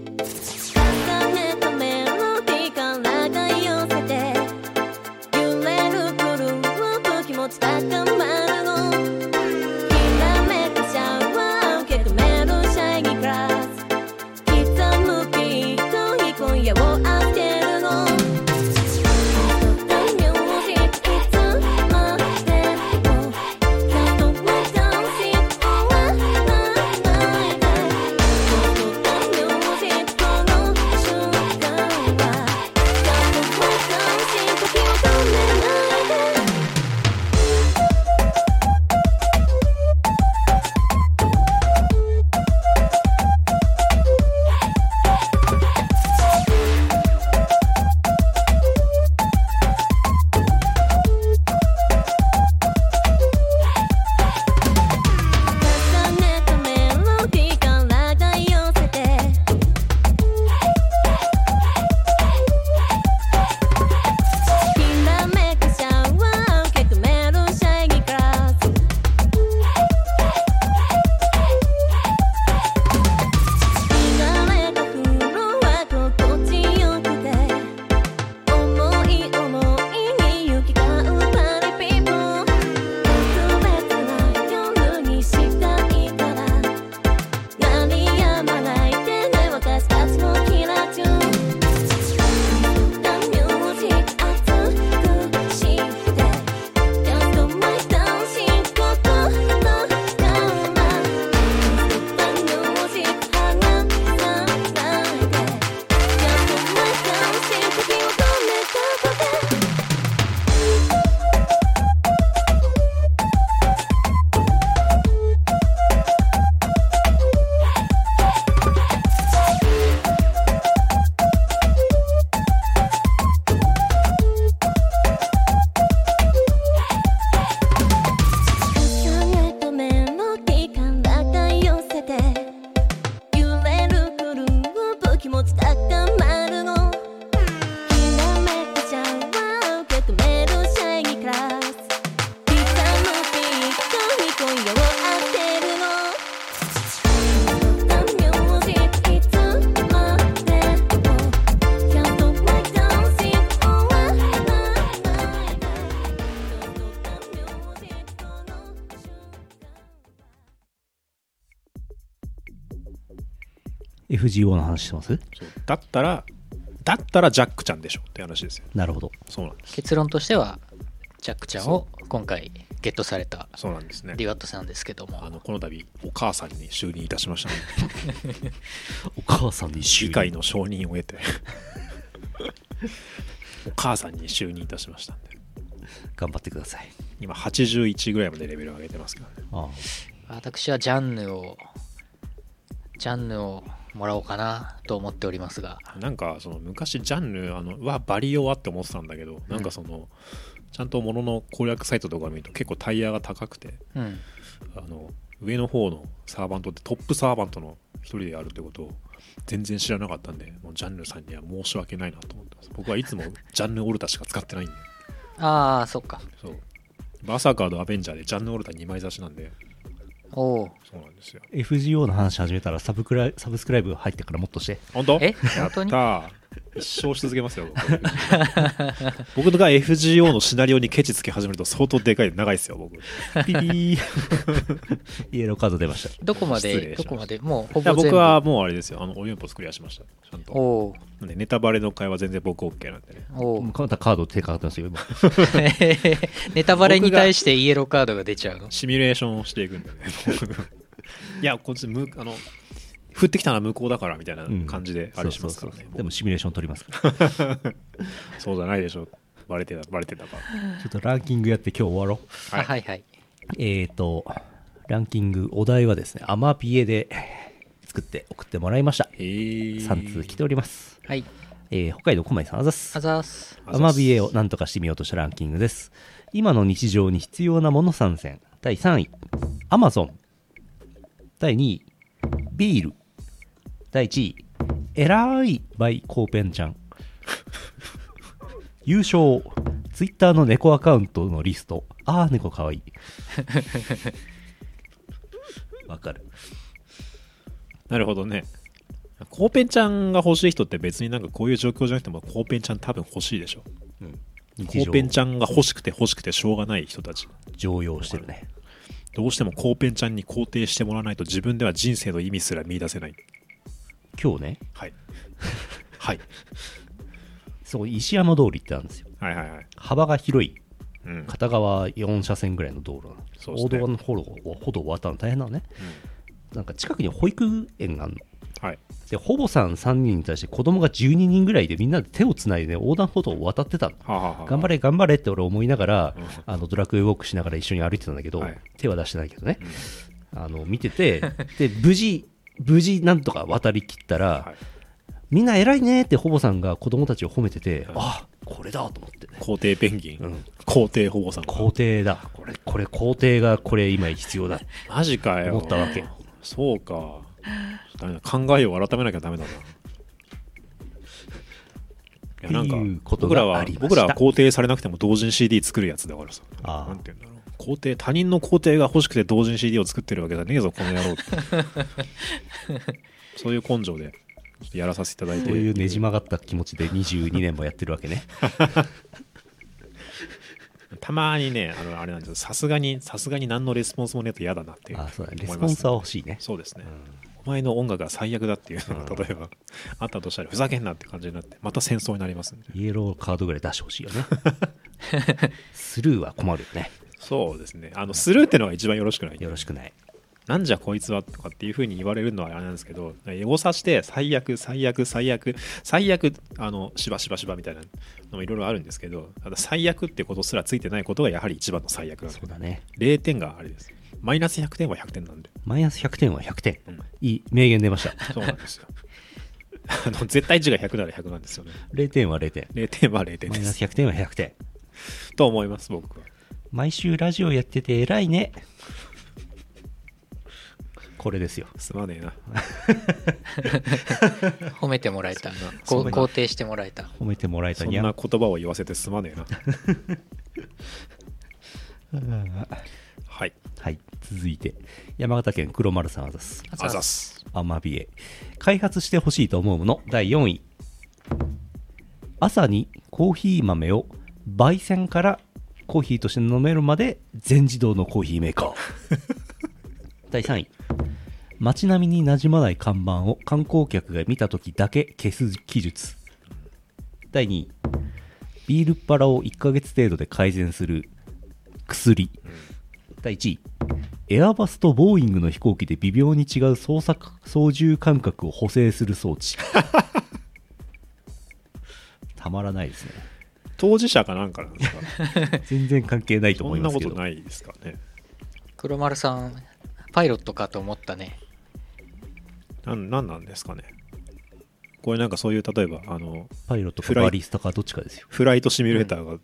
重ねたメロディーからが寄せて揺れるグループ気持ち高まるのきらめくシャワー受け止めるシャイニーグラス刻むビートに今夜を当てるの「ダイミュージックいつまでも」「カドマダンシン終わらないで」「このダイミュージックの瞬間は」「カドマダンシン時を止めないで」重ねたメロディーからが寄せてきらめくシャワー受け止めるシャイニーグラス流れたフロア心地よくて思い思いに行き交うパリピーポ「特別な夜にしたいから」「鳴りやまないでね私たちのキラチュウ」「ダミュージック熱くして」「ジャストマイダンシング心のカウマ」「ダミュージック離さないで」「ジャストマイダンシング時を止めたことで」「メロディーからが寄せて」「揺れるグループ気持ち高まるの」「きらめくシャワー受け止めるシャイニークラス」「刻むビートに今夜を当てるの」「ダミュージックいつまでも」「キャンドルマイダンシング終わらないで」 FGO の話してますそうだったら、だったらジャックちゃんでしょって話ですよ。なるほど。そうなんです。結論としては、ジャックちゃんを今回ゲットされたそうなんですねリ。ワットさんですけどあも、のこの度お母さんに就任いたしましたので、お母さんに議会の承認を得て [LAUGHS] お母さんに就任いたしましたんで頑張ってください。今81ぐらいまでレベルを上げてますけどねああ私はジャンヌを、ジャンヌをもらおうかなと思っておりますが、なんかその昔ジャンルあのはバリ弱って思ってたんだけどなんかその、ちゃんとものの攻略サイトとか見ると結構タイヤが高くてうん、あの上の方のサーバントってトップサーバントの一人でやるってことを全然知らなかったんでもうジャンルさんには申し訳ないなと思ってます僕はいつもジャンルオルタしか使ってないんでああ、そっか。そうバーサーカーとアベンジャーでジャンルオルタ2枚差しなんでおお。そうなんですよ FGO の話始めたらサブクラサブスクライブ入ってからもっとして本当えや本っ当にた一生し続けますよ僕僕が FGO のシナリオにケチつけ始めると相当でかい長いですよ僕いピピー [LAUGHS] イエローカード出ましたどこま失礼で、しまどしたこまで、もうほぼや全部。僕はもうあれですよあのオリンポスクリアしましたちゃんとおーなんでネタバレの会は全然僕 OK なんでねお [LAUGHS] もーうまたカード手かかってますよ今 [LAUGHS] ネタバレに対してイエローカードが出ちゃうのシミュレーションをしていくんだね [LAUGHS] いやこっちむあの降ってきたのは向こうだからみたいな感じであれしますからそうねそう、そうもうでもシミュレーション取ります [LAUGHS] からそうじゃないでしょバレてたバレてたかちょっとランキングやって今日終わろうあはいはい。えー、と、ランキング、お題はですね、アマビエで作って送ってもらいました。へえ3通来ております。はい。えー北海道狛江さん、あざっすあ。ざーす。あアざっすマビエを何とかしてみようとしたランキングです。今の日常に必要なもの参戦。第3位、アマゾン。第2位、ビール。第1位、えらい by コーペンちゃん。 [LAUGHS] 優勝、ツイッターの猫アカウントのリスト。あー、猫か [LAUGHS] わいい。わかる。なるほどねコーペンちゃんが欲しい人って別になんかこういう状況じゃなくてもコーペンちゃん多分欲しいでしょコ日ー常ペンちゃんが欲しくて欲しくてしょうがない人たち常用してるね。どうしてもコーペンちゃんに肯定してもらわないと自分では人生の意味すら見出せない今日ね、はいはいそう、石山通りってあるんですよ。はいはいはい、幅が広いうん、片側4車線ぐらいの道路なの、そうです大ね道の歩路を歩道を渡るの大変なのね、なんか近くに保育園があるのはいで保母さん3人に対して子供が12人ぐらいでみんなで手をつないで、ね、横断歩道を渡ってたのはあ、はあはあ頑張れ頑張れって俺思いながらうんあのドラクエウォークしながら一緒に歩いてたんだけど、はい手は出してないけどね、あの見ててで無事無事なんとか渡りきったら、はいみんな偉いねって保母さんが子供たちを褒めてて、あこれだと思ってね皇帝ペンギン、うん皇帝保護さんが皇帝だこれこれ皇帝がこれ今必 [LAUGHS] 要だマジかよ思ったわけそうかダメだ考えを改めなきゃダメだなっいてやなんかいうこと僕らがあはりました僕らは肯定されなくても同人 CD 作るやつだからさああなんて言うんだろう肯定他人の肯定が欲しくて同人 CD を作ってるわけじゃねえぞこの野 [LAUGHS] 郎ってそういう根性でちょっとやらさせていただいてこういうねじ曲がった気持ちで22年もやってるわけね。たまにねあのあれなんですよさすがにさすがに何のレスポンスも [LAUGHS] ねえと嫌だなっていうあそうだね。レ思スいポまンすサーは欲しいね。そうですね、お前の音楽が最悪だっていうのが例えば、あったとしたらふざけんなって感じになってまた戦争になりますんでイエローカードぐらい出してほしい [LAUGHS] よね。スルーは困るよね。そうですねあのスルーってのが一番よろしくないよろしくない。なんじゃこいつはとかっていうふうに言われるのはあれなんですけどエゴサして最悪最悪最悪最悪あのしばしばしばみたいなのもいろいろあるんですけどただ最悪ってことすらついてないことがやはり一番の最悪なんでそうだね。 0点があれですマイナス100点は100点なんでマイナス100点は100点。うんいい名言出ました。そうなんですよ [LAUGHS] あの絶対値が100なら100なんですよね0点は0点。 [LAUGHS] 0点は0点マイでナすス100点は100点。と思います僕は毎週ラジオやってて偉いね。これですよ。すまねえな褒めてもらえた。そこんな肯定してもらえた。褒めてもらえたそんにゃな言葉を言わせてすまねえなはいはい。続いて、山形県黒丸さんあざっす。あざっ。すアマビエ開発してほしいと思うもの第4位朝にコーヒー豆を焙煎からコーヒーとして飲めるまで全自動のコーヒーメーカー第3位街並みに馴染まない看板を観光客が見た時だけ消す技術第2位ビールっ腹を1ヶ月程度で改善する薬第1位エアバスとボーイングの飛行機で微妙に違う操作操縦感覚を補正する装 [LAUGHS] 置たまらないですね当事者かなんかなんですか全然関係ないとそ思いんまなすこけとどないですかね黒丸さん、パイロットかと思ったね。なんなんなんですかねこれなんかそういう例えばあのパイロットかフライバリスタかどっちかですよ。フライトシミュレーターが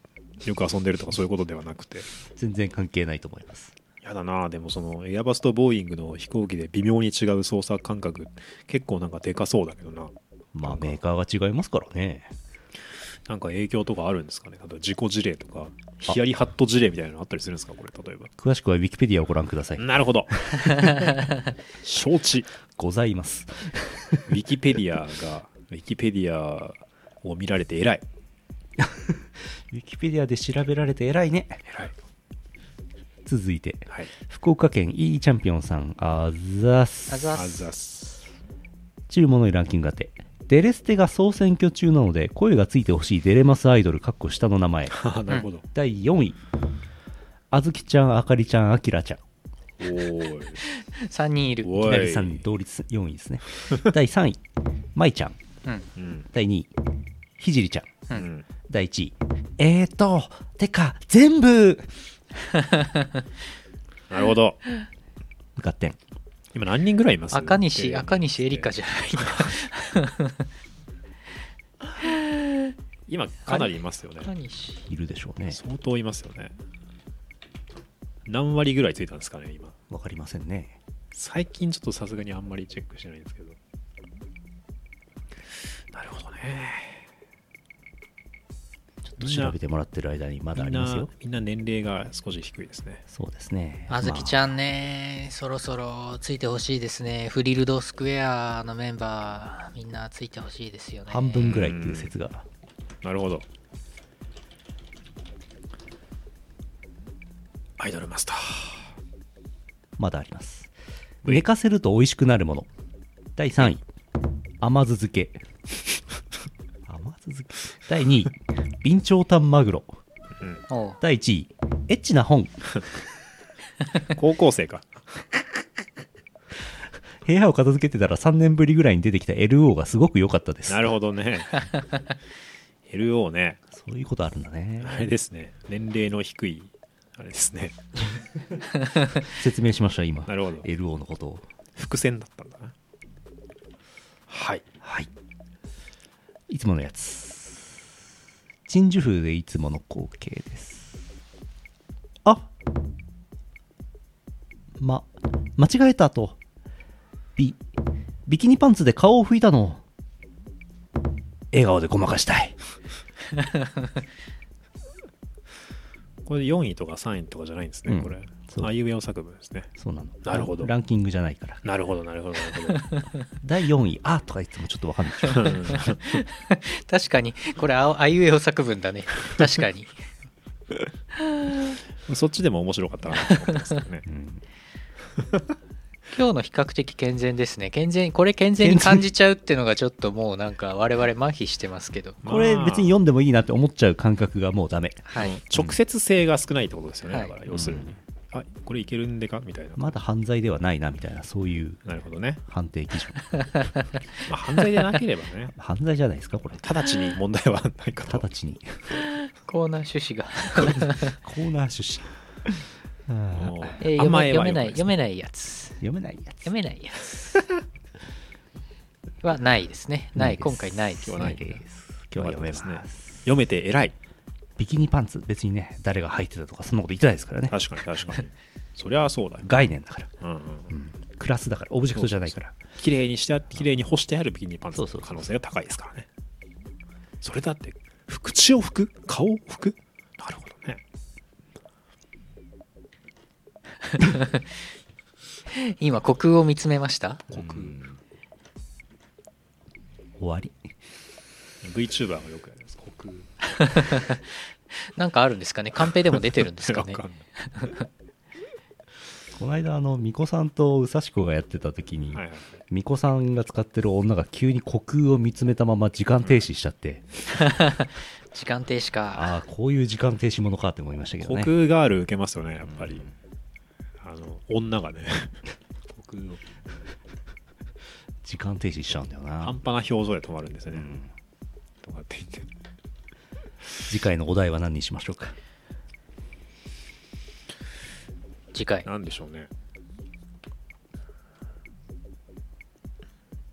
よく遊んでるとかそういうことではなくて全然関係ないと思います。やだなあでもそのエアバスとボーイングの飛行機で微妙に違う操作感覚結構なんかでかそうだけどなまあメーカーが違いますからね。なんか影響とかあるんですかね例えば事故事例とかヒヤリハット事例みたいなのあったりするんですかこれ例えば詳しくはウィキペディアをご覧ください。なるほど承知ございます。ウィキペディアがウィキペディアを見られて偉いウィキペディアで調べられて偉いね。偉い続いて、はい福岡県 E チャンピオンさん、あざっす。あざっあす。ざっす注文のランキング当て。デレステが総選挙中なので、声がついてほしいデレマスアイドル、かっこ下の名前。あ [LAUGHS] なるほど、第4位。あずきちゃん、あかりちゃん、あきらちゃん。おーい3人いる。お左い3位、同率4位ですね。第3位、まいちゃん。うん。うん第2位、ひじりちゃん。うん第1位、えーと、てか、全部なるほど無加点。今何人ぐらいいます赤西、赤西エリカカじゃないんだ。今かなりいますよね赤西。いるでしょうね。相当いますよね何割ぐらいついたんですかね今わかりませんね。最近ちょっとさすがにあんまりチェックしてないんですけどなるほどねちょっと調べてもらってる間にまだあみんりますなよ。みんな年齢が少し低いですねそうですね。あずきちゃんね、そろそろついてほしいですね。フリルドスクエアのメンバー、みんなついてほしいですよね。半分ぐらいっていう説が。なるほどアイドルマスター [LAUGHS] まだあります。寝かせると美味しくなるもの。第3位、甘酢漬け。甘酢漬け。第2位、備長炭マグロ。おう第1位、エッチな本。高校生 [LAUGHS] か部屋を片付けてたら3年ぶりぐらいに出てきた LO がすごく良かったです。なるほどね LO ねそういうことあるんだね。あれですね年齢の低いあれですね説明しました、今。なるほど LO のことを。伏線だったんだなはいはい。いつものやつ。鎮守風でいつもの光景です。あま、間違えたと。ビ、ビキニパンツで顔を拭いたの。笑顔でごまかしたい。これ4位とか3位とかじゃないんですね、うんこれそうあいうえお作文ですねそうなの。なるほどランキングじゃないから。なるほどなるほどなるほど第4位、あとか言ってもちょっとわかんないでしょ。確かに、これあ、あいうえお作文だね。確かに。 [LAUGHS] そっちでも面白かったなと思ったんですけどねうん今日の比較的健全ですね。健全、これ健全に感じちゃうってのがちょっともうなんか我々麻痺してますけど。これ別にま読んでもいいなって思っちゃう感覚がもうダメ。はい。あ直接性が少ないってことですよね、はいだから要するに、あこれいけるんでかみたいな、まだ犯罪ではないなみたいな、そういうなるほどね、判定基準。まあ、犯罪でなければね犯罪じゃないですか、これ。直ちに問題はないかと直ちに。コーナー趣旨が。コーナ [LAUGHS] ー趣旨。もうえ [LAUGHS] ー読甘めえ読はめ良くない、です読めないやつ。読めないやつ。読めないやつ。はないですね。ない、今回ないです今日はなねい。です。今日は読めます。読めて偉いビキニパンツ、別にね、誰が履いてたとか、そんなこと言ってないですからね。確かに確かにそりゃそうだよ、概念だから。うんうん、クラスだから、オブジェクトじゃないから。綺麗にしてあ綺麗に干してあるビキニパンツのそうそう可能性が高いですからねそれだってふ口を拭く顔を拭くなるほどね今、虚空を見つめました終わり。 VTuber がよくやります虚空なんかあるんですかねカンペでも出てるんですかね [LAUGHS] わんないこの間、あの、巫女さんとうさしこがやってた時に、はいはい巫女さんが使ってる女が急に虚空を見つめたまま時間停止しちゃって、時間停止か。ああ、こういう時間停止ものかって思いましたけど虚ね。空ガール受けますよねやっぱりあの女がね虚空を時間停止しちゃうんだよな半。端な表情で止まるんですよね、とかって言って次回のお題は何にしましょうか。次回。なんでしょうね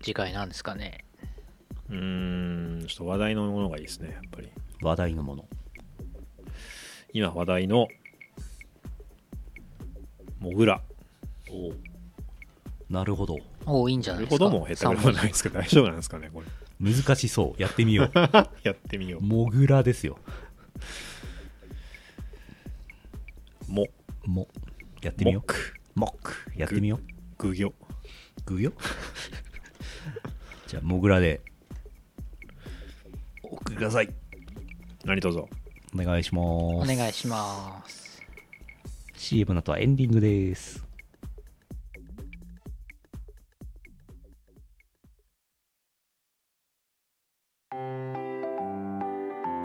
次回なんですかね。うーん、ちょっと話題のものがいいですね、やっぱり。話題のもの。今話題の、モグラ。なるほど。おお、いいんじゃなないるですほか。ども下手くれはないですけど、大丈夫なんですかね、これ。難しそう。やってみ [LAUGHS] よう。 [LAUGHS] やってみよモグラですよ。う。も、も。やってみもよく、う。モック。やってみよう。ぐぎょ。グよ。じゃあ、モグラで。お送りください。何とぞ。お願いします。おお願いします。 CM の後はエンディングです。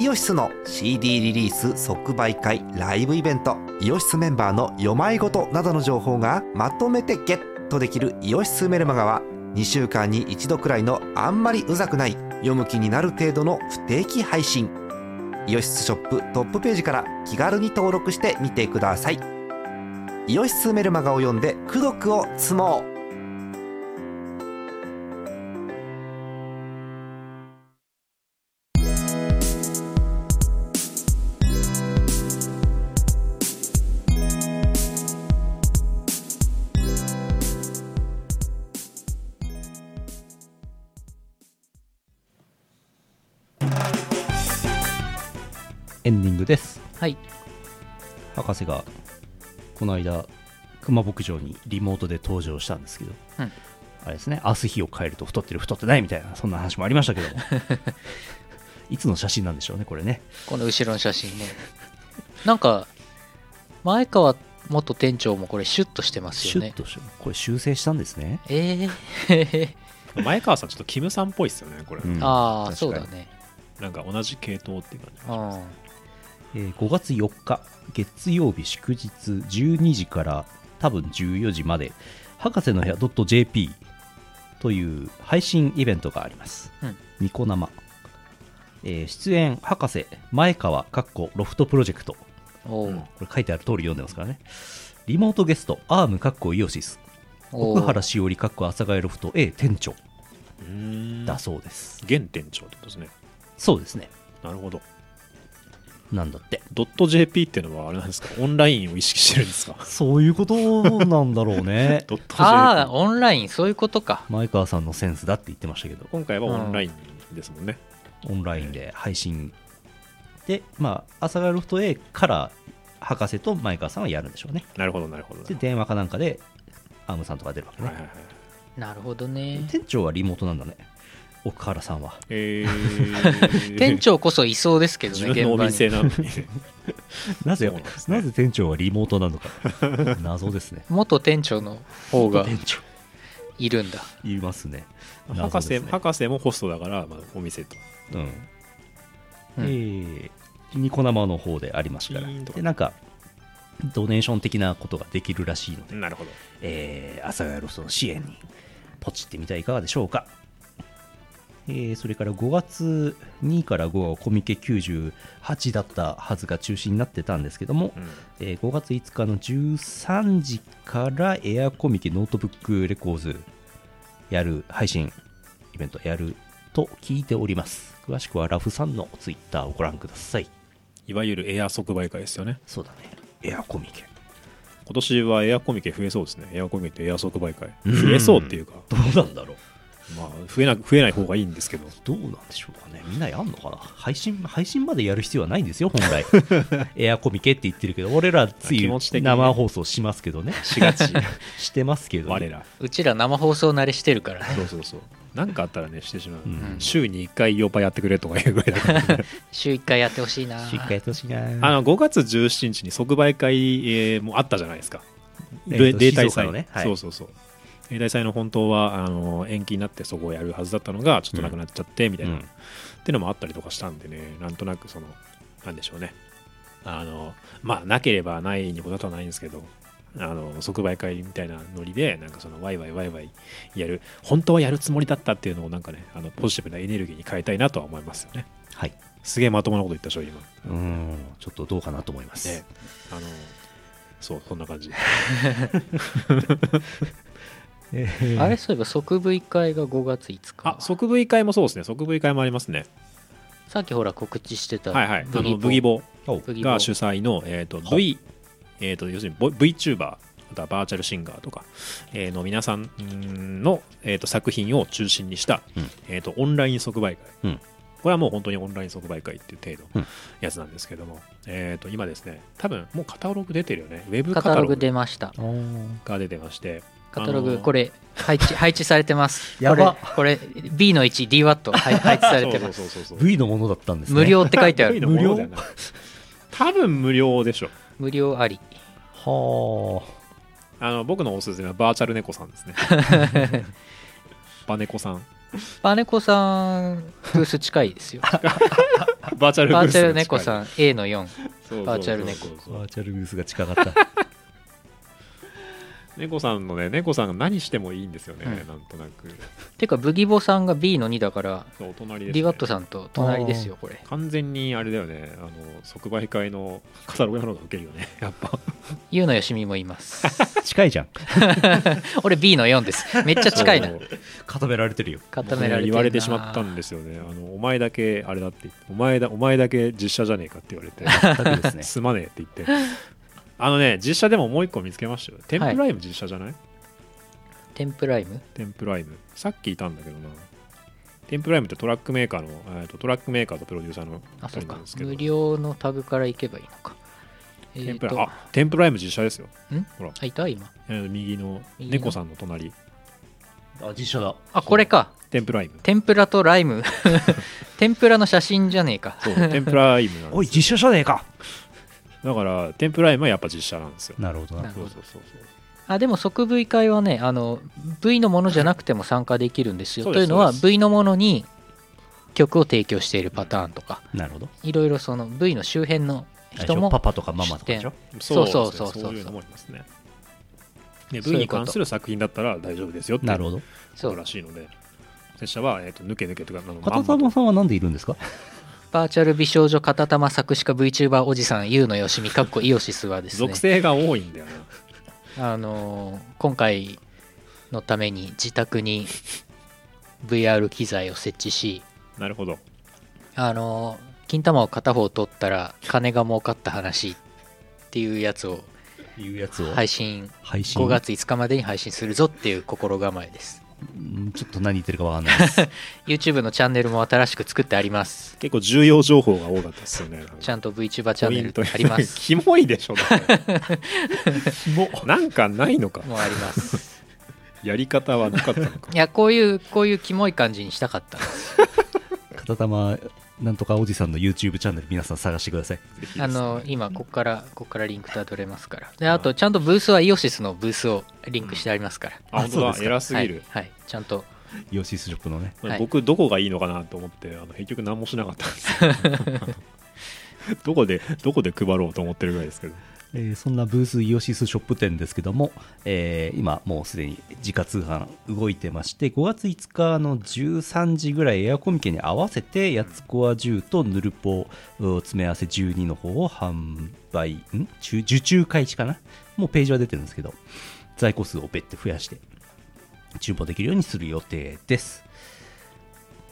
イオシスの CD リリース即売会ライブイベントイオシスメンバーの読まいごとなどの情報がまとめてゲットできる「イオシスメルマガ」は2週間に1度くらいのあんまりうざくない読む気になる程度の不定期配信イオシスショップトップページから気軽に登録してみてくださいイオシスメルマガを読んで「功徳を積もう」エンディングです。はい。博士が、この間、熊牧場にリモートで登場したんですけど、うんあれですね、明日日を変えると太ってる太ってないみたいな、そんな話もありましたけ [LAUGHS] ども。いつの写真なんでしょうね、これね。この後ろの写真ね。なんか、前川元店長もこれシュッとしてますシュよッね。として、これ修正したんですね。えー、前川さん、ちょっとキムさんっぽいっすよね、これ。うんああ、確かにそうだね。なんか同じ系統っていう感じ。うん。えー5月4日月曜日祝日12時から多分14時まで博士の部屋 .jp という配信イベントがあります、うんニコ生、えー出演博士前川かっこロフトプロジェクトおうこれ書いてある通り読んでますからねリモートゲストアームかっこイオシスおう奥原しおりかっこ阿佐ヶ谷ロフト A 店長うーん。だそうです、原店長ってことですね。そうですねなるほど。なんだってドット .jp っていうのはあれなんですかオンラインを意識してるんですかそういうことなんだろう [LAUGHS] ねドット .jp。ああ、オンライン、そういうことか。前川さんのセンスだって言ってましたけど今回はオンラインですもんね。オンラインで配信で、まあ、阿佐ヶ谷ロフト A から博士と前川さんはやるんでしょうね。なるほど、なるほど。で、電話かなんかでアームさんとか出るわけはいはいね。はい。なるほどね。店長はリモートなんだね、奥原さんは。えー [LAUGHS] 店長こそいそうですけど自ね、分のお現場店に。なのに。 [LAUGHS] なぜ、そうなんですねなぜ店長はリモートなのか、 [LAUGHS] 謎ですね。元店長の方が店長、いるんだ。いますね。博謎で士すね博士もホストだから、まあ、お店と。うん。うんえーニコ生の方でありましたからいいと。こで、なんか、ドネーション的なことができるらしいので、なるほど。えー、阿佐ヶ谷ロストの支援にポチってみてはいかがでしょうか、えー、それから5月2から5はコミケ98だったはずが中止になってたんですけども、うんえー5月5日の13時からエアコミケノートブックレコーズやる配信イベントやると聞いております詳しくはラフさんのツイッターをご覧くださいいわゆるエア即売会ですよね。そうだねエアコミケ今年はエアコミケ増えそうですね。エアコミケとエア即売会。増えそうっていうか、どうなんだろうまあ、増えな増えない方がいいんですけど、どうなんでしょうかね、みんなやんのかな、配信配信までやる必要はないんですよ、本来。エアコミケって言ってるけど、俺らつ気い持ち的にね生放送しますけどね、 4月、 [LAUGHS] してますけど、我ら。うちら生放送慣れしてるからね。そうそうそう。なんかあったらね、してしまう。うん週に1回、ヨーパやってくれとかいうぐらいだから、週1回やってほしいな。しっかりやってほしいなあの5月17日に即売会、えーもあったじゃないですか、えー例と例静大岡祭、のねはいそうそうそう例大祭の本当はあの延期になってそこをやるはずだったのがちょっとなくなっちゃってみたいな、うんっていうのもあったりとかしたんでねなんとなくそのなんでしょうねあのまあなければないにことはないんですけどあの即売会みたいなノリでなんかそのワイワイワイワイやる本当はやるつもりだったっていうのをなんかねあのポジティブなエネルギーに変えたいなとは思いますよねはい、すげえまともなこと言ったでしょ今うーん、ちょっとどうかなと思います。ね、あのそうそんな感じえーあれそういえば即部位会が5月5日あ即部位会もそうですね即部位会もありますねさっきほら告知してたはいはいあのブブギギボボおブギボが主催の、えーと v えー、と要するにボ VTuber またはバーチャルシンガーとか、えーの皆さんの、えー、と作品を中心にした、うんえー、とオンライン即売会、うんこれはもう本当にオンライン即売会っていう程度うんのやつなんですけども、えー、と今ですね多分もうカタログ出てるよねウェブカカタロタロググ出ましたが出てましてカタロあのグーこれ配置配置されてますやばこれこれ B の 1DW 配配置されてますそうそうそうそう V のものだったんですね [LAUGHS] 無料って書いてある V のものではない多分無料でしょ無料ありはあの僕のおすすめはバーチャル猫さ [LAUGHS] んですねバネコさんバネコさんブース近い [LAUGHS] ですよバーチャルバーチャル猫んさん A の4バーチャル猫あバーチャルグースが近かった猫さんのね猫さんが何してもいいんですよね、うんなんとなくてかブギボさんが B の2だからそうお隣です、ね、 DW さんと隣ですよこれ完全にあれだよねあの即売会のカタログなのがウケるよ [LAUGHS] ねやっぱゆうのよしみもいます [LAUGHS] 近いじゃん俺 B の4ですめっちゃ近いなそう固められてるよ固められてるな言われてしまったんですよねあのお前だけあれだって言ってお前だお前だけ実写じゃねえかって言われて全くですね [LAUGHS] すまねえって言ってあのね実写でももう一個見つけましたよテンプライム実写じゃない、テンプライムテンプライムさっきいたんだけどなテンプライムってトラックメーカーのえーとトラックメーカーとプロデューサーのあ二そう人なかんですけど無料のタグからいけばいいのかえテーンプラとあテンプライム実写ですよあいた今えー右の右の猫さんの隣 [LAUGHS] あ実写だあこれかテンプライム天ぷらとライ [LAUGHS] ム天ぷらの写真じゃねえかそうテンプライムなん [LAUGHS] おでいす実写じゃねえかだからテンプライムはやっぱ実写なんですよなるほどななるほどそうそうそうあでも即 V 会はねあの V のものじゃなくても参加できるんですよそうとでいうすのはそう V のものに曲を提供しているパターンとかなるほどいろいろその V の周辺のあれ人でしょもパパとかママとかでしょそうそそううそそそそうううそうういうのもありますねでそうい V うにこと関する作品だったら大丈夫ですよっていうなるほどそこうとらしいので拙者は、えー、と抜け抜けとかあの片玉さんはなんでいるんですかバーチャル美少女片玉作詞家 VTuber おじさん、ゆうのよしみ、かっこイオシスはですね属、性が多いんだよなあのー今回のために自宅に VR 機材を設置し、なるほどあのー金玉を片方取ったら金が儲かった話っていうやつをいうやつを配信、配信5月5日までに配信するぞっていう心構えです。うんちょっと何言ってるかわかんないです YouTube のチャンネルも新しく作ってあります。結構重要情報が多かったですよねちゃんと VTuber チャンネルポイントあります。 [LAUGHS] キモいでしょだからなんかないのかもうあります。やり方はなかったのかいや、こういう、こういうキモい感じにしたかったんです。片玉なんとかおじさんの YouTube チャンネル皆さん探してくださいあの今ここからここからリンクたどれますからであとちゃんとブースはイオシスのブースをリンク [LAUGHS] してありますから、あ本当あだそうですか偉すはぎいる、、はい、ちゃんとヨシスショップのねはい僕どこがいいのかなと思ってあの結局何もしなかったん [LAUGHS] ですよどこでどこで配ろうと思ってるぐらいですけどえーそんなブースイオシスショップ店ですけども、えー今もうすでに自家通販動いてまして5月5日の13時ぐらいエアコミケに合わせてやつこア10とヌルポうん詰め合わせ12の方を販売ん中受注開始かなもうページは出てるんですけど在庫数をべって増やして注文できるようにする予定です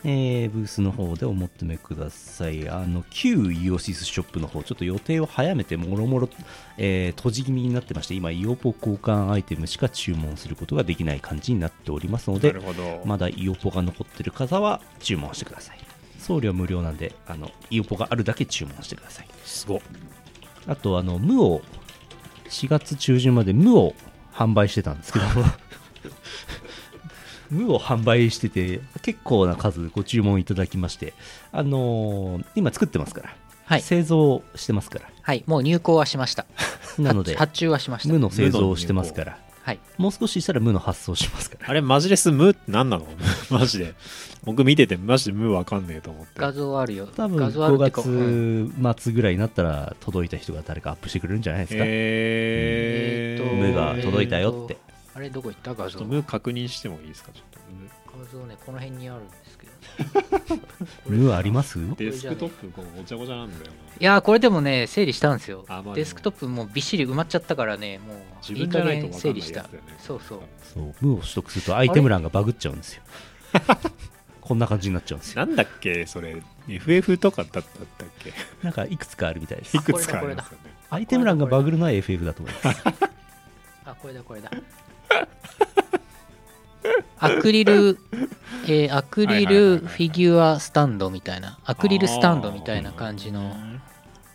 えーブースの方でお求めください。あの、旧イオシスショップの方、ちょっと予定を早めて、もろもろ、えー閉じ気味になってまして、今、イオポ交換アイテムしか注文することができない感じになっておりますのなでる、ほど、まだイオポが残ってる方は注文してください。送料無料なんで、あの、イオポがあるだけ注文してください。すごっあと、あの、無を、4月中旬まで無を販売してたんです [LAUGHS] けども、無を販売してて、結構な数ご注文いただきまして、あのー今作ってますから、はい、製造してますから、はい、もう入稿はしましたなので、発注はしました無の製造をしてますから、はいもう少ししたら無の発送しますから。あれマジレスムって何なの [LAUGHS] マジで僕見ててマジでムわかんねえと思って画像あるよ多分画像ある5ってかうん月末ぐらいになったら届いた人が誰かアップしてくれるんじゃないですか、えー、ムが届いたよってえーとあれどこ行った画ち像ょっと画ム確認してもいいですかちょっとム像ねこの辺にあるんですけど [LAUGHS] ルーありますデスクトップこうごちゃごちゃなんだよないやーこれでもね整理したんですよあまあでもデスクトップもうびっしり埋まっちゃったからねもう自いい分じ加ゃないと減分か整ん理ないしやたつだよねそうそうそう、ムーを取得するとアイテム欄がバグっちゃうんですよ。こんな感じになっちゃうんですよ。なんだっけそれ FF とかだったったっけなんかいくつかあるみたいですい。くつかあこれりまだすよねアイテム欄がバグるのは FF だと思います。あこれだこれだアクリル、えーアクリはいはいはいはルいフィギュアスタンドみたいなアクリルスタンドみたいな感じの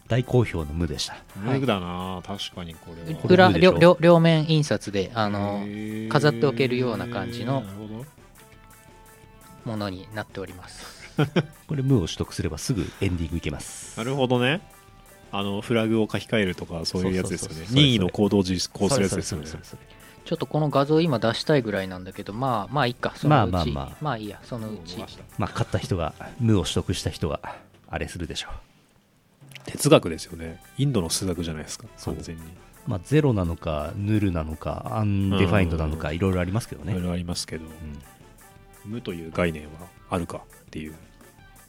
大好評の無でした。ムーグだな、確かにこれはこれ裏無でしょ両両両面印刷であのへー飾っておけるような感じのなるほどものになっておりますこれムーを取得すればすぐエンディングいけます。なるほどねあのフラグを書き換えるとかそういうやつですよそうそうねそうそう任意の行動を実行するやつですよねそれそれそれそれそれちょっとこの画像今出したいぐらいなんだけどまあまあいいかそのうちまあまあまあいいやそのうちまあ、買った人が、ムーを取得した人が、あれするでしょう。哲学ですよねインドの数学じゃないですかそう完全にまあ、ゼロなのか、ヌルなのか、アンデファインドなのか、いろいろありますけどいろいね。ろありますけどうん無という概念はあるかっていう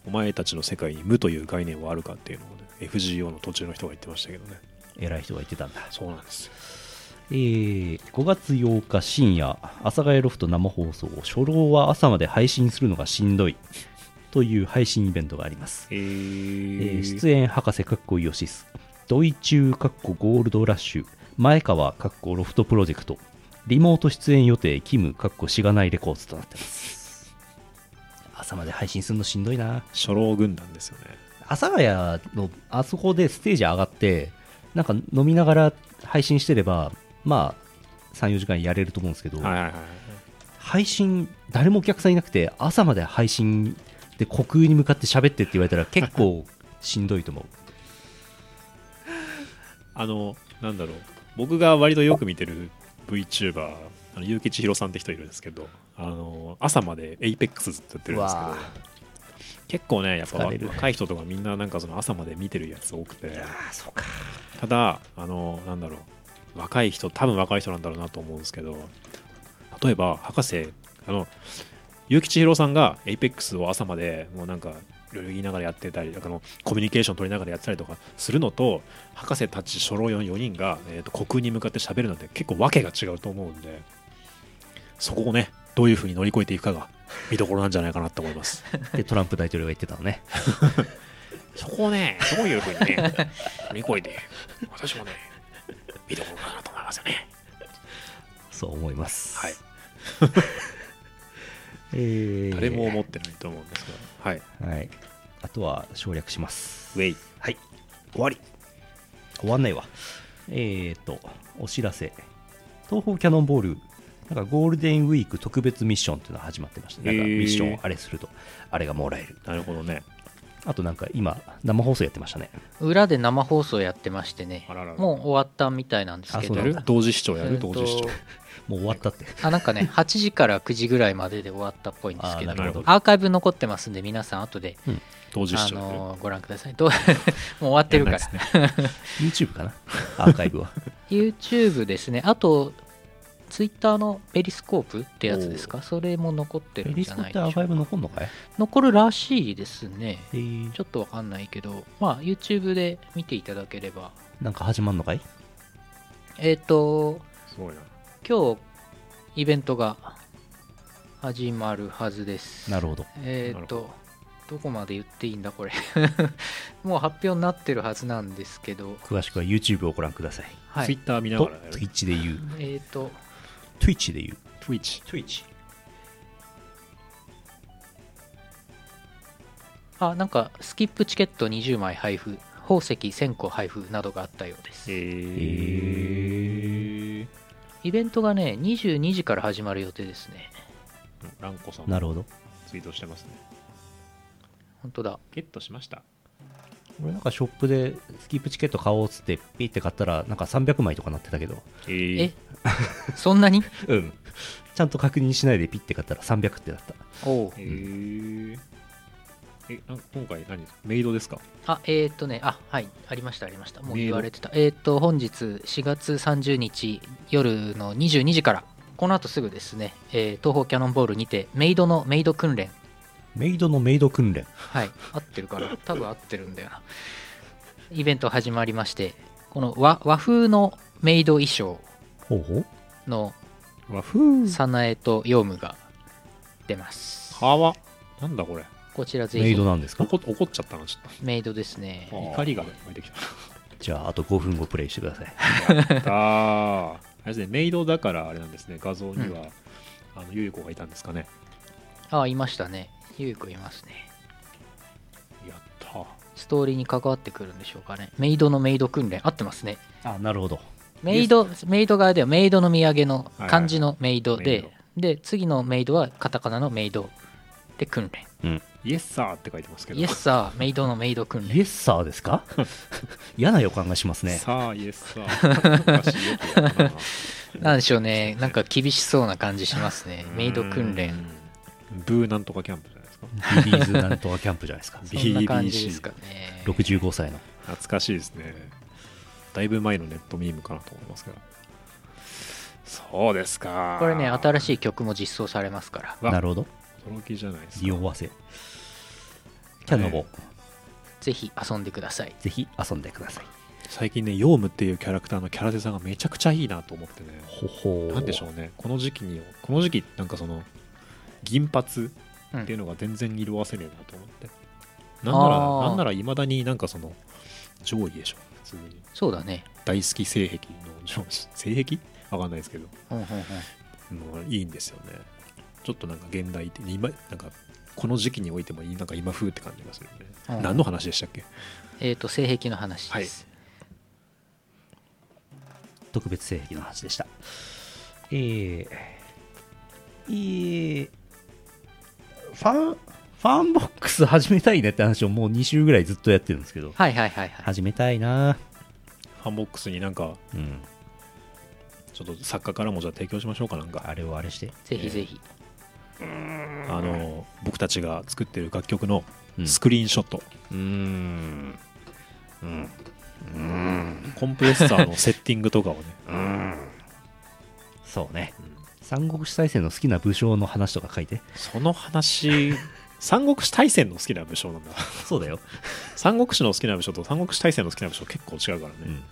お前たちの世界に無という概念はあるかっていうのをね FGO の途中の人が言ってましたけどね偉い人が言ってたんだ。そうなんですよえー5月8日深夜、阿佐ヶ谷ロフト生放送、初老は朝まで配信するのがしんどいという配信イベントがあります。ええーー出演博士かっこイオシス、ドイチューかっこゴールドラッシュ、前川かっこロフトプロジェクト、リモート出演予定、キムかっこしがないレコーズとなってます。朝まで配信するのしんどいな。初老軍団ですよね阿佐ヶ谷のあそこでステージ上がってなんか飲みながら配信してればまあ34時間やれると思うんですけど、はいはいはい配信誰もお客さんいなくて朝まで配信で虚空に向かって喋ってって言われたら結構しんどいと思う [LAUGHS] あのなんだろう僕が割とよく見てる VTuber あの結城千尋さんって人いるんですけどあの朝まで APEX ずっとやってるんですけどわ結構ねやっぱ疲れる若い人とかみんななんかその朝まで見てるやつ多くてあそうかただあのなんだろう若い人多分若い人なんだろうなと思うんですけど例えば博士あの結城千尋さんが APEX を朝までもうなんかいろいろ言いながらやってたりあのコミュニケーション取りながらやってたりとかするのと博士たち初老4人が、えーと虚空に向かって喋るのって結構訳が違うと思うんでそこをねどういうふうに乗り越えていくかが見どころなんじゃないかなと思います。でトランプ大統領が言ってたのねそこをね、どういうふうにね、 [LAUGHS] 乗り越えて、私もね、見どころかなと思いますよね。そう思いますはい、えー誰も思ってないと思うんですけど、はい、はいあとは省略しますウェイ。はい、終わり。終わんないわ。えーと、お知らせ。東方キャノンボール、なんかゴールデンウィーク特別ミッションっていうのが始まってました。なんかへーミッションをあれすると、あれがもらえる。なるほどね。あとなんか今、生放送やってましたね。裏で生放送やってましてねあらららもう終わったみたいなんですけあどそうやなんるだ同時視聴やえるーと同時視聴。もう終わったって。あなんかね [LAUGHS] 8時から9時ぐらいまでで終わったっぽいんですけどあーなるほどアーカイブ残ってますんで皆さん後で、同時あ視聴やる。のーご覧くださいどう [LAUGHS] もう終わってるから、やんない YouTube か [LAUGHS] な、アーカイブは。 YouTube ですねあと Twitter のペリスコープってやつですかそれも残ってペるんリじスゃコなっいてでアーしょカイうブか残んのかい残るらしいですねえーちょっとわかんないけどまあ YouTube で見ていただければなんか始まんのかいえっ、とすごいな。今日イベントが始まるはずですなるほど。えっ、なるほとどこまで言っていいんだこれ [LAUGHS] もう発表になってるはずなんですけど詳しくは YouTube をご覧ください。は Twitter い見ながとらや、る。 Twitch で言う。えっ、と Twitch で言う。 Twitch。 Twitch。あなんかスキップチケット20枚配布宝石1000個配布などがあったようですえー。イベントがね22時から始まる予定ですねランコさんなもるほど。ツイートしてますね。本当だゲットしました。俺なんかショップでスキップチケット買おうっつってピッて買ったらなんか300枚とかなってたけどえーえ [LAUGHS] そんなにうんちゃんと確認しないでピッて買ったら300ってなったおおうえーえ、なん今回何メイドですかあえーっ、とねあはいありましたありましたもうメール言われてたえーっ、と本日4月30日夜の22時からこの後すぐですね、えー東方キャノンボールにてメイドのメイド訓練メイドのメイド訓練。はい、合ってるから、 [LAUGHS] 多分合ってるんだよな。イベント始まりまして、この和和風のメイド衣装ほうほう。の和風早苗とヨウムが出ます。はわなんだこれこちらぜメイドひなんですか怒っ怒っちゃったなちょっメイドですね。と怒りが湧いてきたじゃあ、あと5分後プレイしてください。あああれですねメイドだからあれなんですね画像には、あのゆゆ子がいたんですかねああ、いましたね。ゆうくんいますね。やったストーリーに関わってくるんでしょうかね。メイドのメイド訓練、合ってますね。あ、なるほど。メイド、メイド側ではメイドの土産のはい漢字のメイドで、メイドで、次のメイドはカタカナのメイドで訓練。イエッサーって書いてますけどイエスサー、メイドのメイド訓練。イエッサーです [LAUGHS] か嫌な予感がしますね。さあイエッ [LAUGHS] サーおかしいよくやったななんでしょうね、なんか厳しそうな感じします [LAUGHS] ね。メイド訓練。うんブーなんとかキャンプじゃないですかビリーズなんとかキャンプじゃないですか。そんな感じですかね。 65歳の。懐かしいですねだいぶ前のネットミームかなと思いますけどそうですかこれね、新いしい曲も実装されますから。わなるほど。驚きじゃないですか匂わせ。キャノボ、はいぜひ遊んでください。ぜひ遊んでください。最近ねヨウムっていうキャラクターのキャラデザがめちゃくちゃいいなと思ってねほほーなんでしょうねこの時期にこの時期なんかその銀髪っていうのが全然色褪せねえなと思って、なんならあーなんならいまだになんかその上位でしょ普通にそうだね。大好き性癖の上位性癖わかんないですけどうんうんうんもういいんですよねちょっとなんか現代的今なんかこの時期においてもいいなんか今風って感じがするよね、うん何の話でしたっけえっ、と、性癖の話です。特別性癖の話でした。えー、えーファン、ファンボックス始めたいねって話をもう2週ぐらいずっとやってるんですけど、はいはいはいはい。始めたいなファンボックスになんかうん。ちょっと作家からもじゃあ提供しましょうかなんかあれをあれして。ぜひぜひ。あの僕たちが作ってる楽曲のうんスクリーンショット、うーん。うん。コンプレッサーのセッティングとかをねそうね。三国志大戦の好きな武将の話とか書いて。そ [LAUGHS] の話三国志大戦の好きな武将なんだそうだよ。三国志の好きな武将と三国志大戦の好きな武将結構違うからね、うん。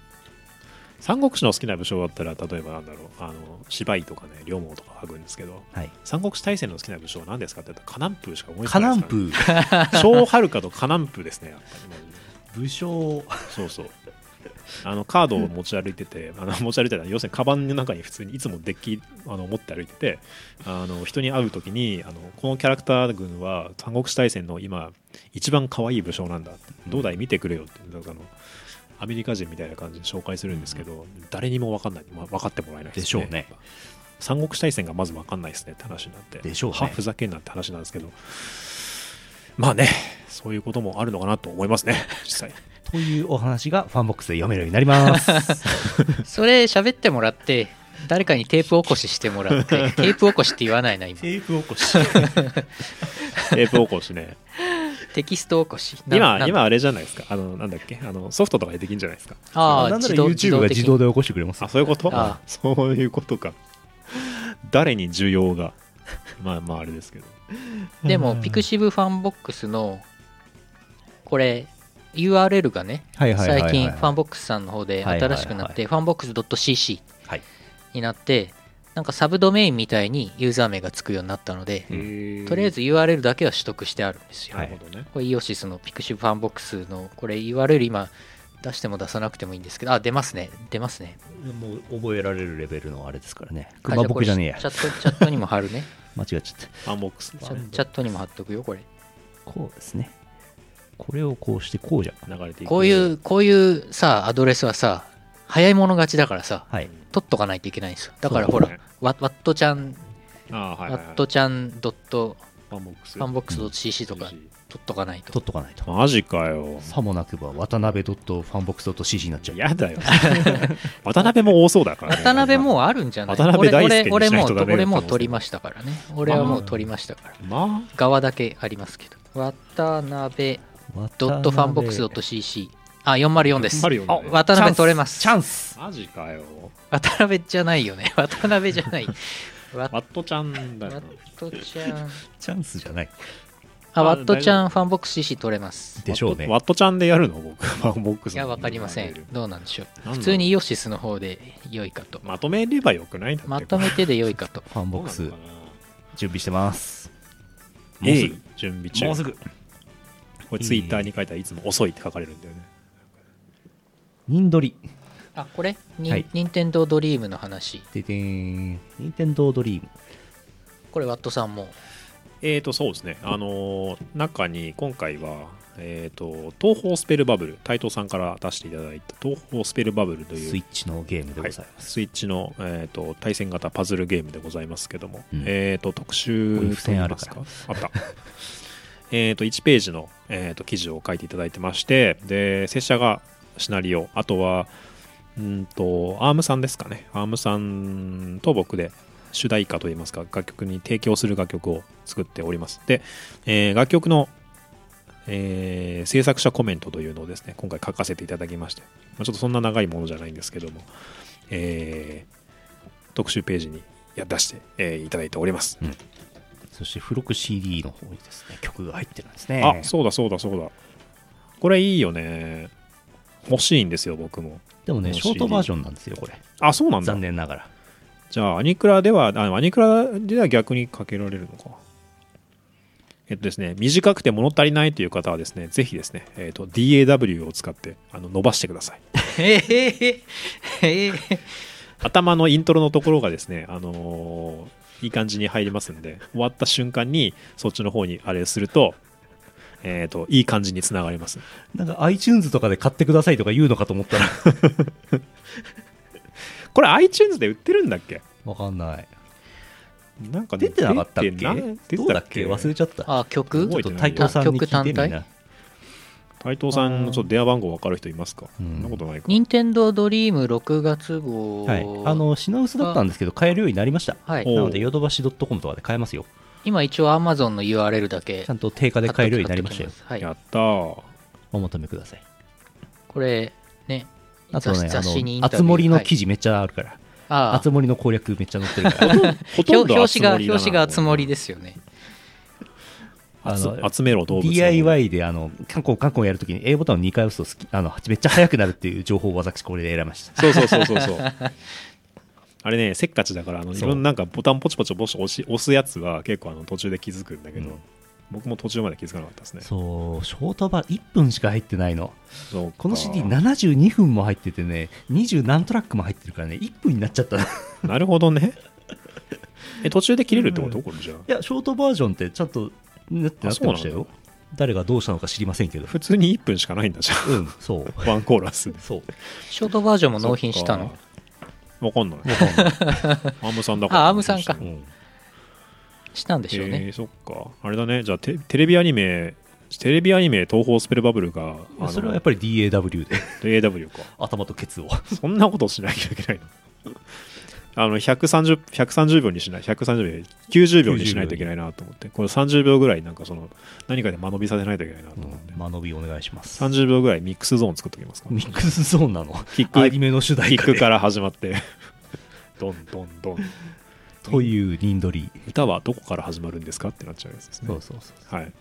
三国志の好きな武将だったら例えばなんだろうあの芝居とかね龍門とかはぐんですけどはい。三国志大戦の好きな武将は何ですかって言ったらカナンプーしか思いつカかなナいンですからね、プー、小春香とカナンプーですねやっぱりも武将、うそうそうあのカードを持ち歩いててあの持ち歩いてたら要するにカバンの中に普通にいつもデッキあの持って歩いててあの人に会う時にあのこのキャラクター軍は三国志大戦の今一番可愛い武将なんだどうだい見てくれよってなんかあのアメリカ人みたいな感じで紹介するんですけど、誰にも分かんない、まあ、分かってもらえないすでしょうね三国志大戦がまず分かんないですねって話になってでしょうねはふざけんなって話なんですけどまあねそういうこともあるのかなと思いますね [LAUGHS] 実際というお話がファンボックスで読めるようになり [LAUGHS] ます。それ喋ってもらって、誰かにテープ起こししてもらって、 [LAUGHS] テープ起こしって言わないな、今。ープ起こし。 [LAUGHS] テープ起こしねテキスト起こし。な今なん今あれじゃないですかあのなんだっけあのソフトとかでできるんじゃないですかあなあ、んな自ら動 YouTube が自動的にで起こしてくれますあ。そういうことああそういうことか誰に需要がまあまああれですけどでも、ピクシブファンボックスの、これ、URL がね、はいはいはいはい最近、ファンボックスさんの方で新しくなって、ファンボックス .cc はいになって、なんかサブドメインみたいにユーザー名がつくようになったので、ととりあえず URL だけは取得してあるんですよ。なるほどねこれ、イオシスのピクシブファンボックスの、これ URL 今、出しても出さなくてもいいんですけど、あ、出ますね、出ますね。もう覚えられるレベルのあれですからね。あ熊僕じゃねえやじ。ゃあこれチャットチャットにも貼る [LAUGHS] ね。間違っちゃった。アンボックスチャチャットにも貼っとくよ、これ。こうですね。これをこうしてこうじゃ。流れていくこういう、こういうさ、アドレスはさ、早い者勝ちだからさ、はい。取っとかないといけないんですよ。だからそほうだらね、ワワットちゃん、ああはワいはいはいットちゃんドット、ファンボックスファンボックスドット .cc とか取 CC っとかないと。取っとかないと。マジかよさもなくば渡辺ドットファンボックスドット CC になっちゃう。[LAUGHS] やだよ。渡辺も多そうだから、ね。渡辺もうあるんじゃない渡辺大俺俺輔に俺しないもとうダメだ俺もう可能性取りましたからね。俺はもう取りましたから。ま側だけありますけど。渡辺ドットファンボックスドット .cc。あ、404です。 404だねあ渡辺取れます。チャンスあ、マジかよ。渡辺じゃないよね。 [LAUGHS] 渡辺じゃない。わワットちゃんだよワなッ。トちゃん。チャンスじゃない。あ、あワットちゃ大んファンボックス CC 取れます。でしょうね。ワットちゃんでやるの僕、 [LAUGHS] ファンボックスいのや、わかりません。どうなんでしょう。なんだろう普通にイオシスの方で良いかと。まとめればよくないだってまとめてで良いかと。ファンボックスどうなのか準備してます。なもうすえい準備ぐ。中もうすぐ。これツイッターに書いたらいつも遅いって書かれるんだよねニンドリ。あ、これにはい任天堂ドリームの話。ででーん。ニンテンドードリーム。これワットさんも。えーとそうですねあのー中に今回はえーと東宝スペルバブル斎藤さんから出していただいた東宝スペルバブルというスイッチのゲームでございます。はいスイッチの、えー、と対戦型パズルゲームでございますけども、うんえー、と特集こういう付箋あるからと言いますかあった [LAUGHS] えーと1ページの、えー、と記事を書いていただいてましてで拙者がシナリオあとはうんとアームさんですかねアームさんと僕で主題歌といいますか楽曲に提供する楽曲を作っておりますで、えー楽曲の、えー制作者コメントというのをですね今回書かせていただきまして、まあ、ちょっとそんな長いものじゃないんですけども、えー特集ページにや出して、えーいただいております、そして付録 CD の方にですね、曲が入ってるんですね。あそうだそうだそうだこれいいよね欲しいんですよ僕もでもね、このショートバー CD ジョンなんですよ、これ。あそうなんだ残念ながら。じゃあ、アニクラでは、あアニクラでは逆にかけられるのか。えっとですね、短くて物足りないという方はですね、ぜひですね、えっと、DAW を使ってあの伸ばして [LAUGHS] ください。ええええ頭のイントロのところがですね、あのーいい感じに入りますんで、終わった瞬間にそっちの方にあれすると、えっと、いい感じにつながります。なんか iTunes とかで買ってくださいとか言うのかと思ったら。これ iTunes で売ってるんだっけ [LAUGHS] わかんない。なんかね、出てなかったっけ出てな出てどたうだっけ忘れちゃった。あ、曲覚えてない斉藤さんに聞いてみん曲な単体。斉藤さんのちょっと電話番号分かる人いますか、うんそんなことないか。任天堂ドリーム6月号。はい。あの、品薄だったんですけど、買えるようになりました。はいおなので、ヨドバシドットコムとかで買えますよ。今一応 Amazon の URL だけちゃんと定価で買えるようになりましたよ貼っとき。ますはいやったー。お求めください。これ、ね、あとね、あ雑誌にインの、タあビュつー森の記事めっちゃあるから、あああつ森の攻略めっちゃ載ってる [LAUGHS] から、ほとん表ど表紙が、熱盛だな表紙がつもりですよね。あ集の集めろ動物 DIY で、あの、カンコンカンコンやるときに A ボタンを2回押すと好き、あの、めっちゃ速くなるっていう情報を私これで選びました。そうそうそうそ [LAUGHS] うそうあれねせっかちだからあのいそうろんななんかボタンポチポチポチ押し押すやつは結構あの途中で気づくんだけど、うん僕も途中まで気づかなかったですねそう、ショートバー、1分しか入ってないの。そうかこの CD72 分も入っててね、20何トラックも入ってるからね、1分になっちゃったな。いなるほどねえ途中で切れるってこと、これじゃあや、ショートバージョンってちゃんと、なってなってましたあそうなよん。誰がどうしたのか知りませんけど。普通に1分しかないんだじゃうん、そう。あワンコーラスそう。ショートバージョンも納品したのそっかわかんないアームさんだからあアームさんかうんしたんでしょうえね。ーそっかあれだねじゃあテテレビアニメテレビアニメ東宝スペルバブルが [LAUGHS] あのそれはやっぱり DAW で AW か頭とケツを。 [LAUGHS] そんなことしなきゃいけないの [LAUGHS] あの130 130秒にしない130秒90秒にしないといけないなと思ってこの30秒ぐらいなんかその何かで間延びさせないといけないなとう思って、ん間延びお願いします。 30秒ぐらいミックスゾーン作っときますかミックスゾーンなのキックアニメの主題キッ歌クでから始まって [LAUGHS] どんどんどんというニンドリ。歌はどこから始まるんですかってなっちゃうやつですねそうそうそう。はい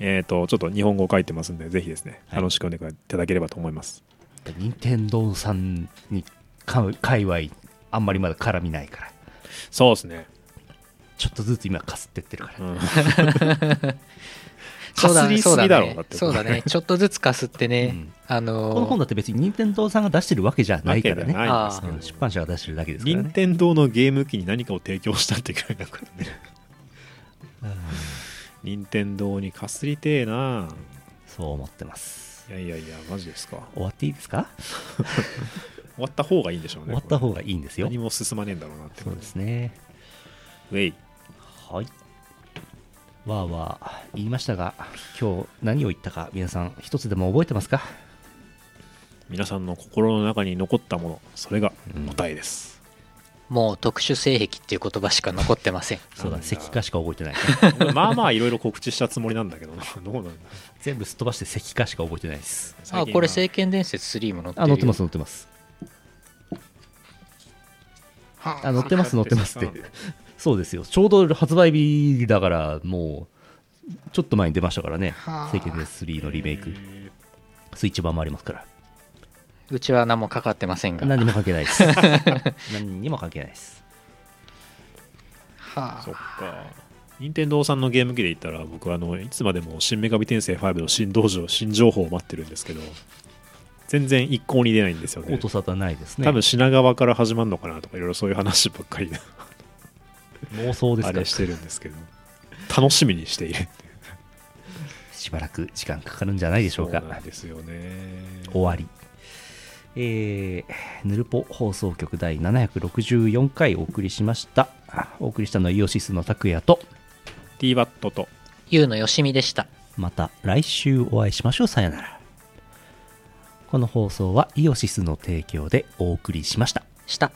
えー、とちょっと日本語を書いてますんでぜひですねはい楽しくお願いいただければと思います、任天堂さんにか界隈あんまりまだ絡みないからそうですね、ちょっとずつ今かすってってるから、 [LAUGHS] うん、そうだかすりすそうだぎだろうねだってそうだね。ちょっとずつかすってね。うんあのーこの本だって別に任天堂さんが出してるわけじゃないからねわけじゃないですけどうん出版社が出してるだけですから任ね天堂のゲーム機に何かを提供したってくらいだからね任天堂にかすりてえなそう思ってますいやいやいやマジですか終わっていいですか終わった方がいいんでしょうね終わった方こがいいんですれよ何も進まねえんだろうなってそうですねウェイはいわーわー言いましたが今日何を言ったか皆さん一つでも覚えてますか皆さんの心の中に残ったものそれが答えです、もう特殊性癖っていう言葉しか残ってません。そうだなんねだ石化しか覚えて [LAUGHS] ない [LAUGHS] まあまあいろいろ告知したつもりなんだけど [LAUGHS] などうなんだ全部すっ飛ばして石化しか覚えてないです最あ、近はこれ、聖剣伝説3も載ってるあよ。乗ってます乗ってますはあ乗ってます乗ってますっうてんそうですよちょうど発売日だからもうちょっと前に出ましたからねはあ「聖剣伝説3」のリメイクスイッチ版もありますからうちは何もかかってません [LAUGHS] が。何にも関係ない [LAUGHS] です何にも関係ないですはそっあ、か。任天堂さんのゲーム機で言ったら、僕はあのいつまでも新女神転生5の新道場、新情報を待ってるんですけど、全然一向に出ないんですよね音。沙汰ないですね多分品川から始まるのかなとか、いろいろそういう話ばっかり妄想ですあかれしてるんですけど、楽しみにしているしばらく時間かかるんじゃないでしょうかそうなんですよね。終わりえー、ヌルポ放送局第764回お送りしましたお送りしたのはイオシスの拓也と t バットとゆうのよしみでした。また来週お会いしましょうさよならこの放送はイオシスの提供でお送りしましたした。